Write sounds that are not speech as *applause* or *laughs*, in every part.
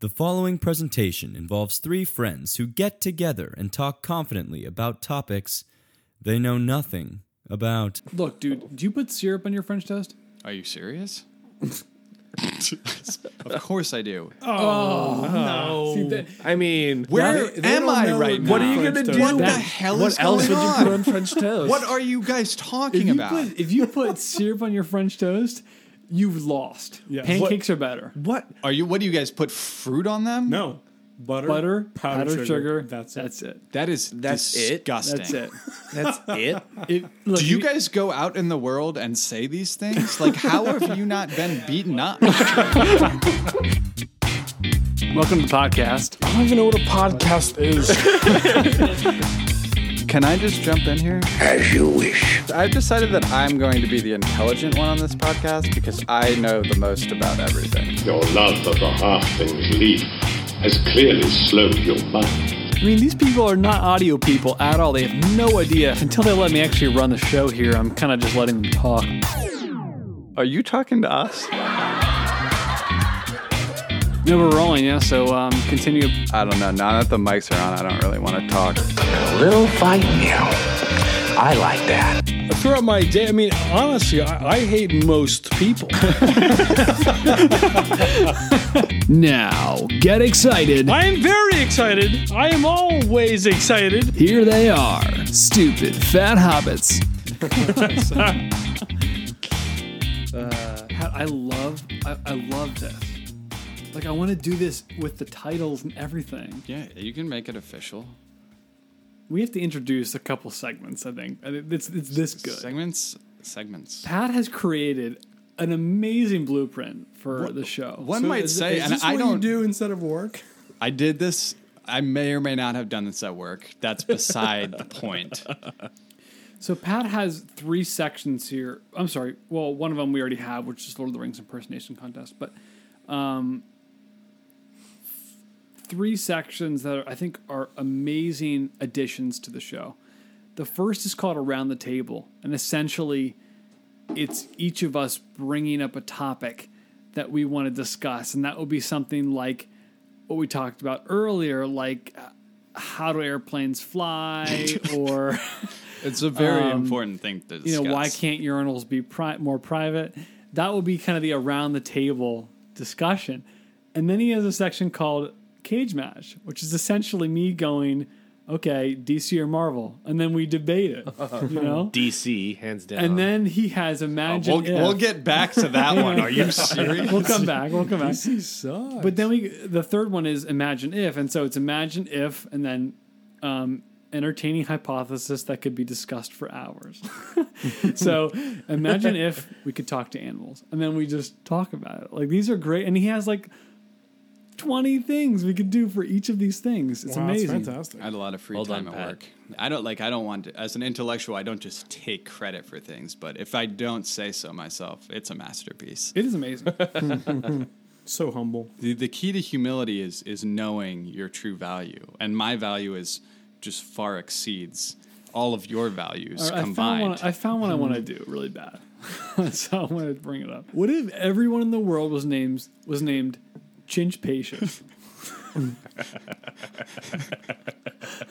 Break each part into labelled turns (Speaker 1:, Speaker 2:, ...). Speaker 1: The following presentation involves three friends who get together and talk confidently about topics they know nothing about.
Speaker 2: Look, dude, do you put syrup on your French toast?
Speaker 3: Are you
Speaker 2: *laughs*
Speaker 3: serious? of course I do.
Speaker 2: See, that-
Speaker 4: I mean,
Speaker 3: Where
Speaker 2: they
Speaker 3: am
Speaker 2: don't
Speaker 3: I
Speaker 2: know what-
Speaker 3: right now?
Speaker 2: what are you
Speaker 4: gonna
Speaker 3: What
Speaker 4: do?
Speaker 3: the
Speaker 2: That-
Speaker 3: hell
Speaker 4: what
Speaker 3: is
Speaker 4: else
Speaker 3: going
Speaker 4: would you
Speaker 3: on?
Speaker 2: put on
Speaker 3: *laughs*
Speaker 2: French toast.
Speaker 3: What are you guys
Speaker 2: if
Speaker 3: talking
Speaker 2: you
Speaker 3: about?
Speaker 2: put if you put syrup on your French toast, you've lost.
Speaker 5: Yeah.
Speaker 2: Pancakes are better.
Speaker 5: What?
Speaker 3: Are you? What do you guys put fruit on them?
Speaker 5: No. Butter,
Speaker 2: Butter, powdered, sugar,
Speaker 5: That's it.
Speaker 2: that's it.
Speaker 3: that is
Speaker 4: That's it?
Speaker 3: disgusting.
Speaker 2: That's it. *laughs*
Speaker 4: that's it.
Speaker 2: It- look,
Speaker 3: Do you guys go out in the world and say these things? Like, how have you not been beaten
Speaker 5: *laughs*
Speaker 3: up?
Speaker 6: Welcome to the podcast. I don't even know what a podcast is.
Speaker 4: *laughs* Can I just jump in here? As you wish. I've decided that I'm going to be the intelligent one on this podcast because I know the most about everything.
Speaker 7: Your love of the half things leaf has clearly slowed your mind.
Speaker 6: I mean, these people are not audio people at all. They have no idea. Until they let me actually run the show here, I'm kind of just letting them talk.
Speaker 4: Are you talking to us?
Speaker 6: No, we're rolling, yeah. So um, continue.
Speaker 4: I don't know. Now that the mics are on, I don't really want to talk.
Speaker 8: little fight now. I like that.
Speaker 5: Throughout my day, I mean, honestly, I, I hate most people.
Speaker 6: *laughs* Now, get excited.
Speaker 5: I am very excited. I am always excited.
Speaker 6: Here they are, stupid fat
Speaker 2: *laughs*
Speaker 6: hobbits.
Speaker 2: Uh, I love I, I love this. Like I want to do this with the titles and everything.
Speaker 3: yeah, you can make it official.
Speaker 2: We have to introduce a couple segments, I think. I think It's it's this good.
Speaker 3: Segments, segments.
Speaker 2: Pat has created an amazing blueprint for the show.
Speaker 3: One might
Speaker 5: Is-
Speaker 3: say,
Speaker 5: is
Speaker 3: and
Speaker 5: this
Speaker 3: I
Speaker 5: what
Speaker 3: don't.
Speaker 5: you do instead of work.
Speaker 3: I did this. I may or may not have done this at work. That's beside the point.
Speaker 2: So Pat has three sections here. I'm sorry. Well, one of them we already have, which is Lord of the Rings impersonation contest, but um, three sections that are, I think are amazing additions to the show. The first is called Around the Table, and essentially, it's each of us bringing up a topic that we want to discuss, and that will be something like what we talked about earlier, like uh, how do airplanes fly, or
Speaker 3: It's a very important thing to discuss.
Speaker 2: you know why can't urinals be pri- more private that would be kind of the around the table discussion and then he has a section called cage match which is essentially me going okay dc or marvel and then we debate
Speaker 3: *laughs*
Speaker 2: it you know
Speaker 9: DC, hands down.
Speaker 2: and then he has imagine
Speaker 3: Uh, We'll, we'll
Speaker 2: If.
Speaker 3: get back to that one. Are *laughs* you serious?
Speaker 2: we'll come back we'll come back
Speaker 5: He sucks.
Speaker 2: but then we the third one is imagine if and so it's imagine if and then um entertaining hypothesis that could be discussed for hours *laughs* so imagine if we could talk to animals and then we just talk about it like these are great and he has like 20 things we could do for each of these things it's
Speaker 5: Wow, that's
Speaker 2: amazing
Speaker 5: fantastic.
Speaker 3: I had a lot of free
Speaker 9: Well
Speaker 3: time
Speaker 9: done,
Speaker 3: at
Speaker 9: Pat.
Speaker 3: work. I don't like. I don't want to. As an intellectual, I don't just take credit for things. But if I don't say so myself, it's a masterpiece.
Speaker 2: it is amazing
Speaker 5: So humble.
Speaker 3: The, the key to humility is is knowing your true value, and my value is just far exceeds all of your values
Speaker 2: I found,
Speaker 3: combined.
Speaker 2: one, I found one I *laughs* want to do really bad, so I wanted to bring it up. What if everyone in the world was named was named Chinch *laughs* Patient?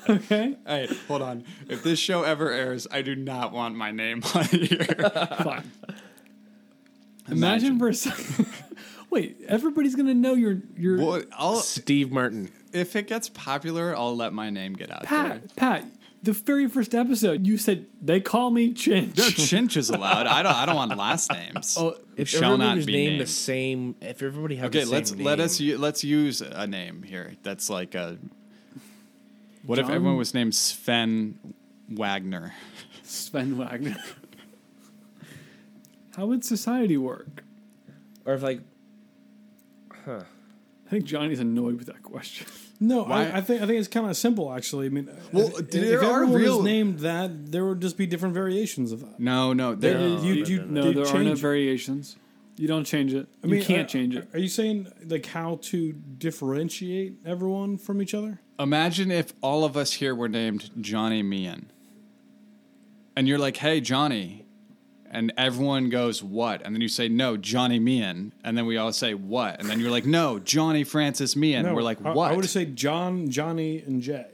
Speaker 2: okay,
Speaker 3: hey, hold on. If this show ever airs, I do not want my name *laughs* on here.
Speaker 2: *laughs* fine. Imagine, for a second. *laughs* Wait, everybody's gonna know your your
Speaker 3: Well, I'll,
Speaker 9: Steve Martin.
Speaker 3: if it gets popular, I'll let my name get out there.
Speaker 2: Pat. Pat, the very first episode, you said they call me Chinch.
Speaker 3: No, Chinch is allowed. I don't. I don't want last names.
Speaker 9: Oh, if
Speaker 3: shall
Speaker 9: everybody
Speaker 3: not
Speaker 9: was
Speaker 3: be
Speaker 9: named,
Speaker 3: named.
Speaker 9: the same, if everybody had the
Speaker 3: Okay,
Speaker 9: same
Speaker 3: let's let
Speaker 9: name-
Speaker 3: us u- let's use a name here. That's like a. What if
Speaker 2: John?
Speaker 3: everyone was named Sven Wagner?
Speaker 2: *laughs* Sven Wagner. *laughs* How would society work?
Speaker 9: or if like
Speaker 2: I think Johnny's annoyed with that question.
Speaker 5: No,
Speaker 3: Why-
Speaker 5: I, I think I think it's kind of simple actually. I mean,
Speaker 3: Well,
Speaker 5: if,
Speaker 3: there
Speaker 5: if
Speaker 3: are
Speaker 5: everyone was
Speaker 3: real-
Speaker 5: named that, there would just be different variations of that.
Speaker 3: No, no, there,
Speaker 5: you, you,
Speaker 3: uh,
Speaker 2: No,
Speaker 5: you
Speaker 2: there are no
Speaker 5: change-
Speaker 2: variations. You don't change it.
Speaker 5: I mean,
Speaker 2: you can't
Speaker 5: are-
Speaker 2: change it.
Speaker 5: Are you saying like how to differentiate everyone from each other?
Speaker 3: Imagine if all of us here were named Johnny Meehan. And you're like, hey, Johnny. and everyone goes what, and then you say no, Johnny Meehan, and then we all say what, and then you're like no, Johnny Francis Meehan.
Speaker 5: No,
Speaker 3: We're like
Speaker 5: I-
Speaker 3: what?
Speaker 5: I would have said John, Johnny, and Jay.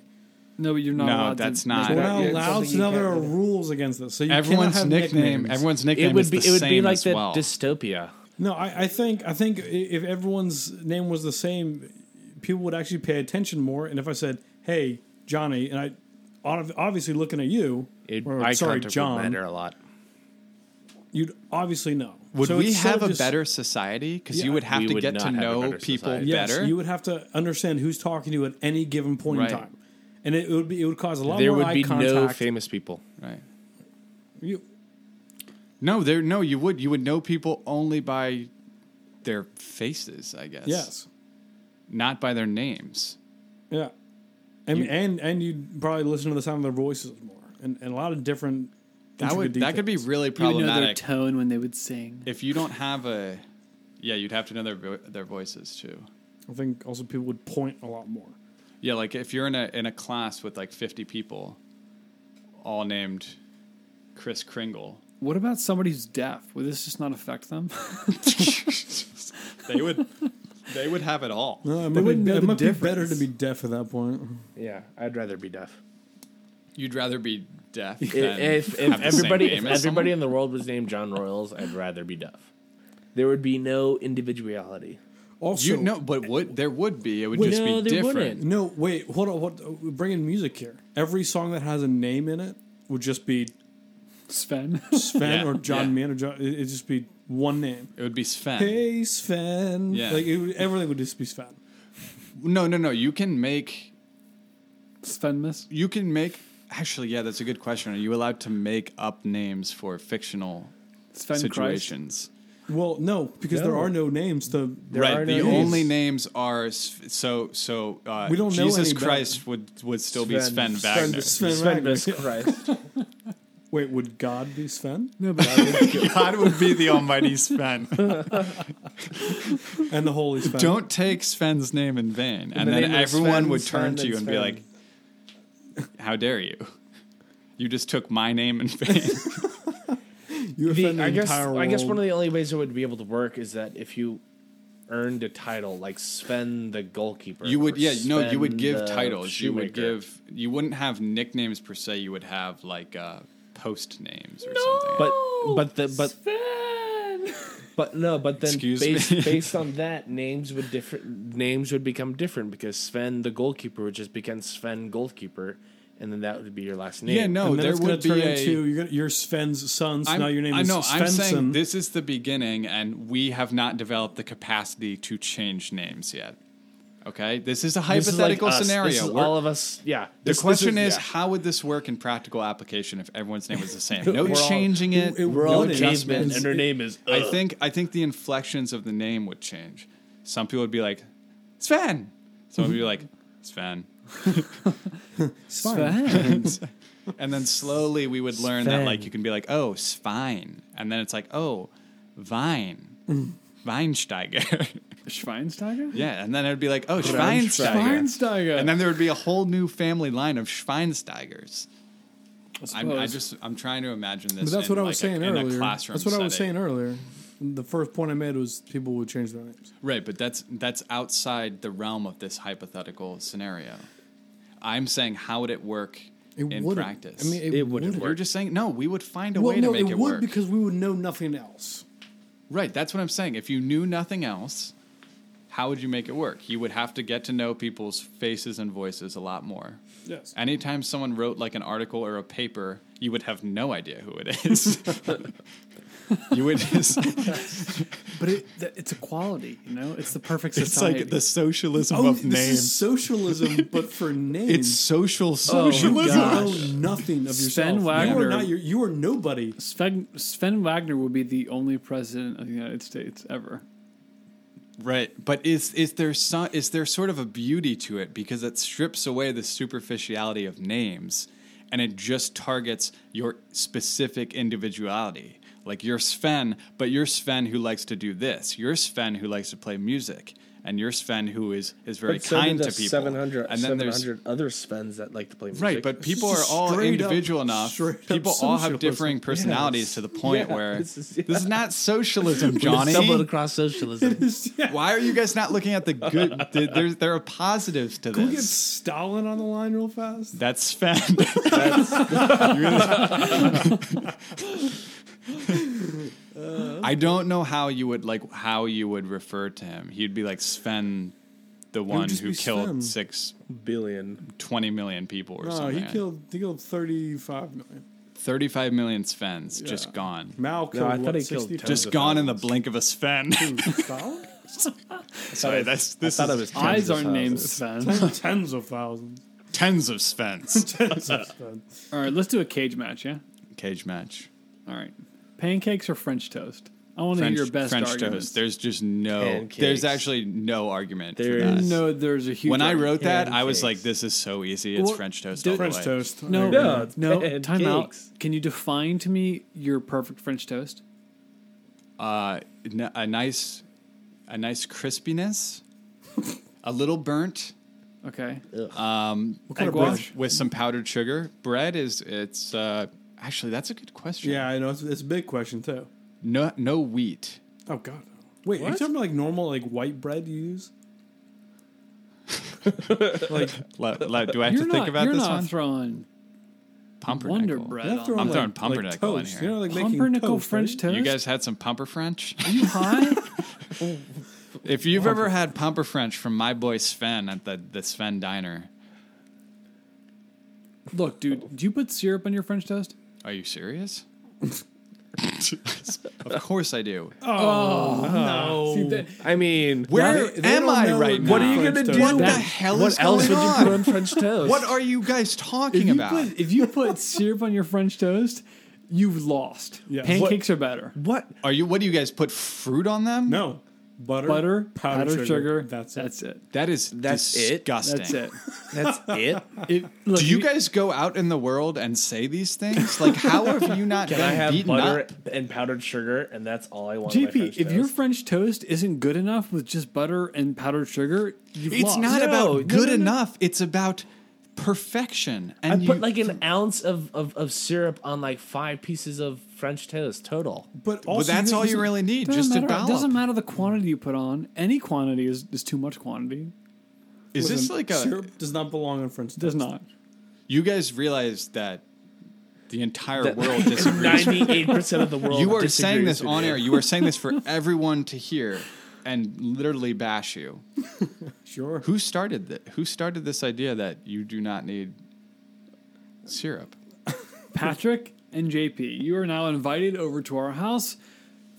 Speaker 2: No, but you're not
Speaker 3: no,
Speaker 2: allowed
Speaker 3: that's
Speaker 2: to,
Speaker 3: not.
Speaker 5: We're
Speaker 9: yeah,
Speaker 5: not
Speaker 9: it's
Speaker 5: allowed.
Speaker 9: something
Speaker 5: So
Speaker 9: you
Speaker 5: now there are
Speaker 9: can't-
Speaker 5: rules against this. So you cannot
Speaker 3: Everyone's
Speaker 5: have
Speaker 3: nickname.
Speaker 5: nicknames.
Speaker 3: Everyone's nickname
Speaker 9: It would
Speaker 3: is
Speaker 9: be
Speaker 3: the
Speaker 9: it would
Speaker 3: same
Speaker 9: be like
Speaker 3: as
Speaker 9: the
Speaker 3: well.
Speaker 9: dystopia.
Speaker 5: No, I, I think I think i- if everyone's name was the same, people would actually pay attention more. And if I said, "Hey, Johnny," and I ob- obviously looking at you,
Speaker 9: It,
Speaker 5: or,
Speaker 9: eye
Speaker 5: sorry,
Speaker 9: contact would
Speaker 5: John,
Speaker 9: matter a lot.
Speaker 5: you'd obviously know.
Speaker 3: would
Speaker 5: So
Speaker 3: we
Speaker 5: instead
Speaker 3: have
Speaker 5: of
Speaker 3: a
Speaker 5: just-
Speaker 3: better society? Because
Speaker 5: Yeah.
Speaker 3: you would have
Speaker 9: We
Speaker 3: to
Speaker 9: would
Speaker 3: get to
Speaker 9: not have a
Speaker 3: know
Speaker 9: better
Speaker 3: people
Speaker 9: society.
Speaker 5: Yes,
Speaker 3: better.
Speaker 5: you would have to understand who's talking to you at any given point
Speaker 3: Right.
Speaker 5: in time, and it would be it would cause a lot
Speaker 9: There
Speaker 5: more
Speaker 9: would
Speaker 5: eye
Speaker 9: be
Speaker 5: contact.
Speaker 9: no famous people.
Speaker 3: right.
Speaker 5: You-
Speaker 3: No, there. No, you would. You would know people only by their faces, I guess.
Speaker 5: yes,
Speaker 3: Not by their names.
Speaker 5: yeah, and and and you'd probably listen to the sound of their voices more, and, and a lot of different.
Speaker 3: That would.
Speaker 5: intricate
Speaker 3: That could be
Speaker 5: details.
Speaker 3: really
Speaker 2: You would know their
Speaker 3: problematic
Speaker 2: tone when they would sing.
Speaker 3: if you don't have a. Yeah, you'd have to know their vo- their voices too.
Speaker 5: I think also people would point a lot more.
Speaker 3: Yeah, like if you're in a in a class with like 50 people, all named Chris Kringle,
Speaker 2: What about somebody who's deaf? Would this just not affect them? *laughs*
Speaker 3: they
Speaker 9: *laughs*
Speaker 3: would they would have it all.
Speaker 5: No, Uh, it
Speaker 2: They
Speaker 5: might,
Speaker 2: wouldn't
Speaker 5: be,
Speaker 2: know
Speaker 5: it
Speaker 2: the
Speaker 5: might be better to
Speaker 2: difference.
Speaker 5: be deaf at that point.
Speaker 9: Yeah, I'd rather be deaf.
Speaker 3: You'd rather be deaf than
Speaker 9: If, if
Speaker 3: have the same
Speaker 9: everybody if
Speaker 3: name as
Speaker 9: everybody
Speaker 3: someone?
Speaker 9: in the world was named John Royals, I'd rather be deaf. There would be no individuality.
Speaker 5: Also,
Speaker 3: you know, but would there would be it would
Speaker 9: Wait,
Speaker 3: just
Speaker 9: no,
Speaker 3: be
Speaker 9: there
Speaker 3: different.
Speaker 9: wouldn't.
Speaker 5: no, wait, hold on. What, we're bringing music here. Every song that has a name in it would just *laughs* be
Speaker 2: Sven.
Speaker 5: Sven
Speaker 3: Yeah,
Speaker 5: or John
Speaker 3: yeah.
Speaker 5: Mann or John. It'd just be one name.
Speaker 3: It would be Sven.
Speaker 5: Hey, Sven.
Speaker 3: Yeah.
Speaker 5: Like, it would, everything would just be Sven.
Speaker 3: No, no, no. You can make
Speaker 2: Svenmus.
Speaker 3: you can make actually yeah, that's a good question. Are you allowed to make up names for fictional
Speaker 2: Sven Christ.
Speaker 3: situations?
Speaker 5: Well, no, because there are no names to.
Speaker 3: right.
Speaker 9: are
Speaker 3: the
Speaker 9: no names.
Speaker 3: only names are s- so so. Uh,
Speaker 5: We don't know
Speaker 3: Jesus
Speaker 5: any better.
Speaker 3: Christ would would still be Sven
Speaker 9: Sven-
Speaker 3: Wagner.
Speaker 5: Sven, Wagner. Wait, would God be Sven?
Speaker 3: *laughs* God would be the Almighty Sven.
Speaker 5: And the Holy Sven.
Speaker 3: Don't take Sven's name in vain, and, then
Speaker 9: name is
Speaker 3: everyone
Speaker 9: Sven,
Speaker 3: would
Speaker 9: Sven,
Speaker 3: turn to
Speaker 9: and
Speaker 3: you and be
Speaker 9: Sven.
Speaker 3: like, "How dare you? You just took my name in vain."
Speaker 5: You
Speaker 9: The-
Speaker 5: offend the
Speaker 9: I guess
Speaker 5: entire world.
Speaker 9: I guess one of the only ways it would be able to work is that if you earned a title like Sven the goalkeeper.
Speaker 3: you would,
Speaker 9: or
Speaker 3: yeah, no, you would
Speaker 9: Sven
Speaker 3: give
Speaker 9: the
Speaker 3: titles. You would
Speaker 9: shoemaker.
Speaker 3: give. You wouldn't have nicknames per se. You would have like uh, post names or something.
Speaker 9: but but the but *laughs* but no, but then
Speaker 3: Excuse *laughs*
Speaker 9: based,
Speaker 3: me.
Speaker 9: based on that, names would different names would become different because Sven the goalkeeper would just become Sven goalkeeper, and then that would be your last name.
Speaker 3: yeah, no,
Speaker 5: And then
Speaker 3: there
Speaker 5: it's going
Speaker 3: would
Speaker 5: to
Speaker 3: be
Speaker 5: turn
Speaker 3: a.
Speaker 5: into you're, gonna- you're Sven's son, so
Speaker 3: I'm-
Speaker 5: now your name
Speaker 3: I
Speaker 5: is
Speaker 3: know.
Speaker 5: Svensson.
Speaker 3: I'm saying this is the beginning, and we have not developed the capacity to change names yet. Okay, this is a
Speaker 9: This is like
Speaker 3: hypothetical
Speaker 9: us. This
Speaker 3: scenario.
Speaker 9: is
Speaker 3: We're-
Speaker 9: all of us. Yeah.
Speaker 3: the
Speaker 9: This- this
Speaker 3: question is,
Speaker 9: yeah.
Speaker 3: how would this work in practical application if everyone's name was the
Speaker 9: *laughs*
Speaker 3: same? No
Speaker 9: We're all-
Speaker 3: changing it.
Speaker 5: it-
Speaker 9: we're
Speaker 5: no
Speaker 9: all cavemen,
Speaker 5: adjustments.
Speaker 9: and her name is.
Speaker 3: I
Speaker 9: Ugh.
Speaker 3: think I think the inflections of the name would change. Some people would be like Sven. Some would be like Sven.
Speaker 2: Sven.
Speaker 3: And then slowly we would learn that like you can be like, oh, Svine. And then it's like, oh, Vine. Weinsteiger.
Speaker 2: *laughs*
Speaker 3: *laughs*
Speaker 2: Schweinsteiger?
Speaker 3: yeah. And then it would be like, oh, Schweinsteiger.
Speaker 2: Schweinsteiger.
Speaker 3: And then there would be a whole new family line of Schweinsteigers. I'm, I
Speaker 2: suppose.
Speaker 3: just I'm trying to imagine this.
Speaker 5: But that's
Speaker 3: in,
Speaker 5: what I
Speaker 3: like,
Speaker 5: was
Speaker 3: a-
Speaker 5: saying
Speaker 3: in a
Speaker 5: earlier. That's
Speaker 3: classroom
Speaker 5: what I was
Speaker 3: setting.
Speaker 5: saying earlier. The first point I made was people would change their names.
Speaker 3: Right, but that's that's outside the realm of this hypothetical scenario. I'm saying how would it work
Speaker 5: It
Speaker 3: in
Speaker 5: wouldn't.
Speaker 3: practice?
Speaker 5: I mean, it, wouldn't.
Speaker 3: You're just saying no. We would find a
Speaker 5: Well,
Speaker 3: way to
Speaker 5: no,
Speaker 3: make
Speaker 5: it,
Speaker 3: it,
Speaker 5: would
Speaker 3: work.
Speaker 5: because we would know nothing else.
Speaker 3: right, that's what I'm saying. If you knew nothing else, how would you make it work? You would have to get to know people's faces and voices a lot more.
Speaker 5: Yes.
Speaker 3: Anytime someone wrote like an article or a paper, you would have no idea who it is. *laughs* you would just,
Speaker 2: But it, th- it's equality, you know? It's the perfect
Speaker 3: it's
Speaker 2: society.
Speaker 3: like the socialism
Speaker 5: Oh,
Speaker 3: of
Speaker 5: this is Oh
Speaker 3: names.
Speaker 5: socialism, but for names.
Speaker 3: It's social
Speaker 5: you
Speaker 3: socialism.
Speaker 5: know nothing of yourself.
Speaker 2: Sven
Speaker 5: You
Speaker 2: Wagner.
Speaker 5: are, not, your- you are nobody.
Speaker 2: Sven, Sven Wagner will be the only president of the United States ever.
Speaker 3: Right, but is is there some is there sort of a beauty to it because it strips away the superficiality of names, and it just targets your specific individuality. Like you're Sven, but you're Sven who likes to do this. You're Sven who likes to play music. and you're Sven who is is very
Speaker 9: But so do
Speaker 3: kind to
Speaker 9: the
Speaker 3: people.
Speaker 9: 700,
Speaker 3: and then there's
Speaker 9: 700 other Svens that like to play music.
Speaker 3: Right, but people
Speaker 5: is
Speaker 3: are all
Speaker 5: straight up-
Speaker 3: individual enough.
Speaker 5: straight up
Speaker 3: People all have
Speaker 5: socialism.
Speaker 3: differing personalities
Speaker 9: *laughs*
Speaker 3: to the point
Speaker 9: Yeah,
Speaker 3: where
Speaker 9: this
Speaker 3: this
Speaker 9: is-
Speaker 3: is,
Speaker 9: yeah. *laughs*
Speaker 3: not socialism,
Speaker 9: We *laughs* just stumbled
Speaker 3: Johnny.
Speaker 9: across *laughs* socialism.
Speaker 5: yeah.
Speaker 3: Why are you guys not looking at the good? th- There's there are positives to
Speaker 5: Can we get
Speaker 3: this.
Speaker 5: Stalin on the line real fast?
Speaker 3: That's *laughs* Sven. *laughs* I don't know how you would like how you would refer to him. He'd be like Sven, the one
Speaker 5: just
Speaker 3: who
Speaker 5: be
Speaker 3: killed
Speaker 5: Sven.
Speaker 3: six,
Speaker 9: Billion.
Speaker 3: 20 million people or
Speaker 5: No,
Speaker 3: something.
Speaker 5: Ah, he killed he killed thirty five million.
Speaker 3: 35 million Svens
Speaker 5: Yeah.
Speaker 3: just gone.
Speaker 5: Mao killed
Speaker 9: I
Speaker 5: what,
Speaker 9: thought he killed
Speaker 5: 60?
Speaker 9: ten.
Speaker 3: Just gone in the blink of a
Speaker 5: *laughs*
Speaker 3: Sven.
Speaker 5: Stalin?
Speaker 3: *laughs* Sorry, that's this
Speaker 9: I thought it
Speaker 3: is
Speaker 9: was tens
Speaker 2: Eyes
Speaker 9: of
Speaker 2: aren't named
Speaker 9: thousands.
Speaker 2: Sven.
Speaker 5: Tens of thousands.
Speaker 3: tens of Svens.
Speaker 5: *laughs* Tens of thousands.
Speaker 2: All right, let's do a cage match, yeah?
Speaker 3: Cage match.
Speaker 2: All right. Pancakes or French toast? I want to hear
Speaker 3: French,
Speaker 2: your best
Speaker 3: French
Speaker 2: arguments.
Speaker 3: toast. There's just no.
Speaker 9: Pancakes.
Speaker 3: There's actually no argument
Speaker 9: There
Speaker 3: for that.
Speaker 9: is-
Speaker 2: no, there's a huge.
Speaker 3: when I
Speaker 2: argument.
Speaker 3: wrote that, I was like,
Speaker 9: Pancakes.
Speaker 3: "This is so easy. It's
Speaker 2: Well,
Speaker 3: French toast."
Speaker 2: do-
Speaker 3: all the
Speaker 5: French
Speaker 3: way."
Speaker 5: toast.
Speaker 2: No,
Speaker 9: No,
Speaker 2: no,
Speaker 9: it's
Speaker 2: no.
Speaker 9: bad
Speaker 2: Time
Speaker 9: cakes.
Speaker 2: out. Can you define to me your perfect French toast?
Speaker 3: Uh, n- a nice, a nice crispiness, a little burnt
Speaker 2: Okay.
Speaker 5: What
Speaker 2: Egg
Speaker 5: kind of
Speaker 2: wash?
Speaker 5: bread?
Speaker 3: with some powdered sugar. Bread is it's uh, actually that's a good question.
Speaker 5: Yeah, I know. It's, it's a big question too.
Speaker 3: No, no wheat.
Speaker 5: Oh God. Wait, are you
Speaker 9: What?
Speaker 5: talking about like normal like white bread you use? like
Speaker 3: Le- le- do I have
Speaker 2: You're
Speaker 3: to
Speaker 2: not,
Speaker 3: think about
Speaker 2: you're
Speaker 3: this
Speaker 2: not
Speaker 3: one?
Speaker 2: throwing
Speaker 3: Pumpernickel.
Speaker 2: Wonder Bread.
Speaker 5: you're not
Speaker 2: on.
Speaker 5: throwing,
Speaker 3: I'm
Speaker 5: like,
Speaker 3: throwing
Speaker 5: like
Speaker 3: pumpernickel in
Speaker 5: toast.
Speaker 3: here.
Speaker 5: You're not, like making
Speaker 2: Pumpernickel
Speaker 5: toast,
Speaker 2: French
Speaker 5: right?
Speaker 2: toast.
Speaker 3: You guys had some
Speaker 2: *laughs*
Speaker 3: pumper French.
Speaker 2: you high?
Speaker 3: If you've ever had pumper French from my boy Sven at the, the Sven Diner,
Speaker 2: Look, dude, do you put syrup on your French toast?
Speaker 3: are you
Speaker 9: *laughs*
Speaker 3: serious? of course I do.
Speaker 9: Uh,
Speaker 3: Oh.
Speaker 9: I mean,
Speaker 3: Where
Speaker 5: they
Speaker 3: am
Speaker 5: don't
Speaker 3: I
Speaker 5: know
Speaker 3: right now?
Speaker 5: that
Speaker 9: what are you
Speaker 5: French
Speaker 9: gonna
Speaker 5: toast.
Speaker 9: do?
Speaker 3: What the
Speaker 2: That-
Speaker 3: hell
Speaker 9: what
Speaker 3: is
Speaker 9: else
Speaker 3: going
Speaker 9: would you
Speaker 3: on?
Speaker 9: put on French toast?
Speaker 3: What are you guys talking
Speaker 2: You
Speaker 3: about?
Speaker 2: put- if you put syrup on your French toast, you've lost.
Speaker 5: Yeah.
Speaker 2: Pancakes are better.
Speaker 9: what?
Speaker 3: are you? What do you guys put fruit on them?
Speaker 5: No. Butter,
Speaker 2: Butter, powdered, sugar,
Speaker 5: That's it.
Speaker 2: that's it.
Speaker 3: that is
Speaker 9: That's it?
Speaker 3: disgusting.
Speaker 2: That's it.
Speaker 9: *laughs* That's it.
Speaker 2: It- look,
Speaker 3: Do you guys go out in the world and say these things? Like, how have
Speaker 9: *laughs*
Speaker 3: you not
Speaker 9: Can
Speaker 3: been
Speaker 9: I have
Speaker 3: beaten
Speaker 9: butter
Speaker 3: up?
Speaker 9: and powdered sugar, and that's all I want? in my
Speaker 2: JP,
Speaker 9: French
Speaker 2: if your
Speaker 9: toast?
Speaker 2: French toast isn't good enough with just butter and powdered sugar, you've
Speaker 3: It's
Speaker 2: lost.
Speaker 3: not
Speaker 9: No, no,
Speaker 3: about good
Speaker 9: no, no.
Speaker 3: enough. It's about perfection. And
Speaker 9: I
Speaker 3: you,
Speaker 9: put like an ounce of, of, of syrup on like five pieces of French toast total.
Speaker 5: But, also
Speaker 3: but that's all you really need.
Speaker 2: Doesn't
Speaker 3: Just
Speaker 2: matter,
Speaker 3: a dollop.
Speaker 2: doesn't matter the quantity you put on. Any quantity is, is too much quantity.
Speaker 3: Is this like a?
Speaker 5: syrup does not belong on French toast.
Speaker 2: Does not.
Speaker 3: You guys realize that the entire
Speaker 9: That- *laughs*
Speaker 3: world disagrees.
Speaker 9: Ninety-eight percent of the world.
Speaker 3: you are
Speaker 9: disagrees
Speaker 3: saying this
Speaker 9: with
Speaker 3: on
Speaker 9: you.
Speaker 3: air. You are saying this
Speaker 9: *laughs*
Speaker 3: for everyone to hear and literally bash you.
Speaker 9: *laughs*
Speaker 5: Sure.
Speaker 3: Who started that? Who started this idea that you do not need syrup?
Speaker 2: Patrick and JP, you are now invited over to our house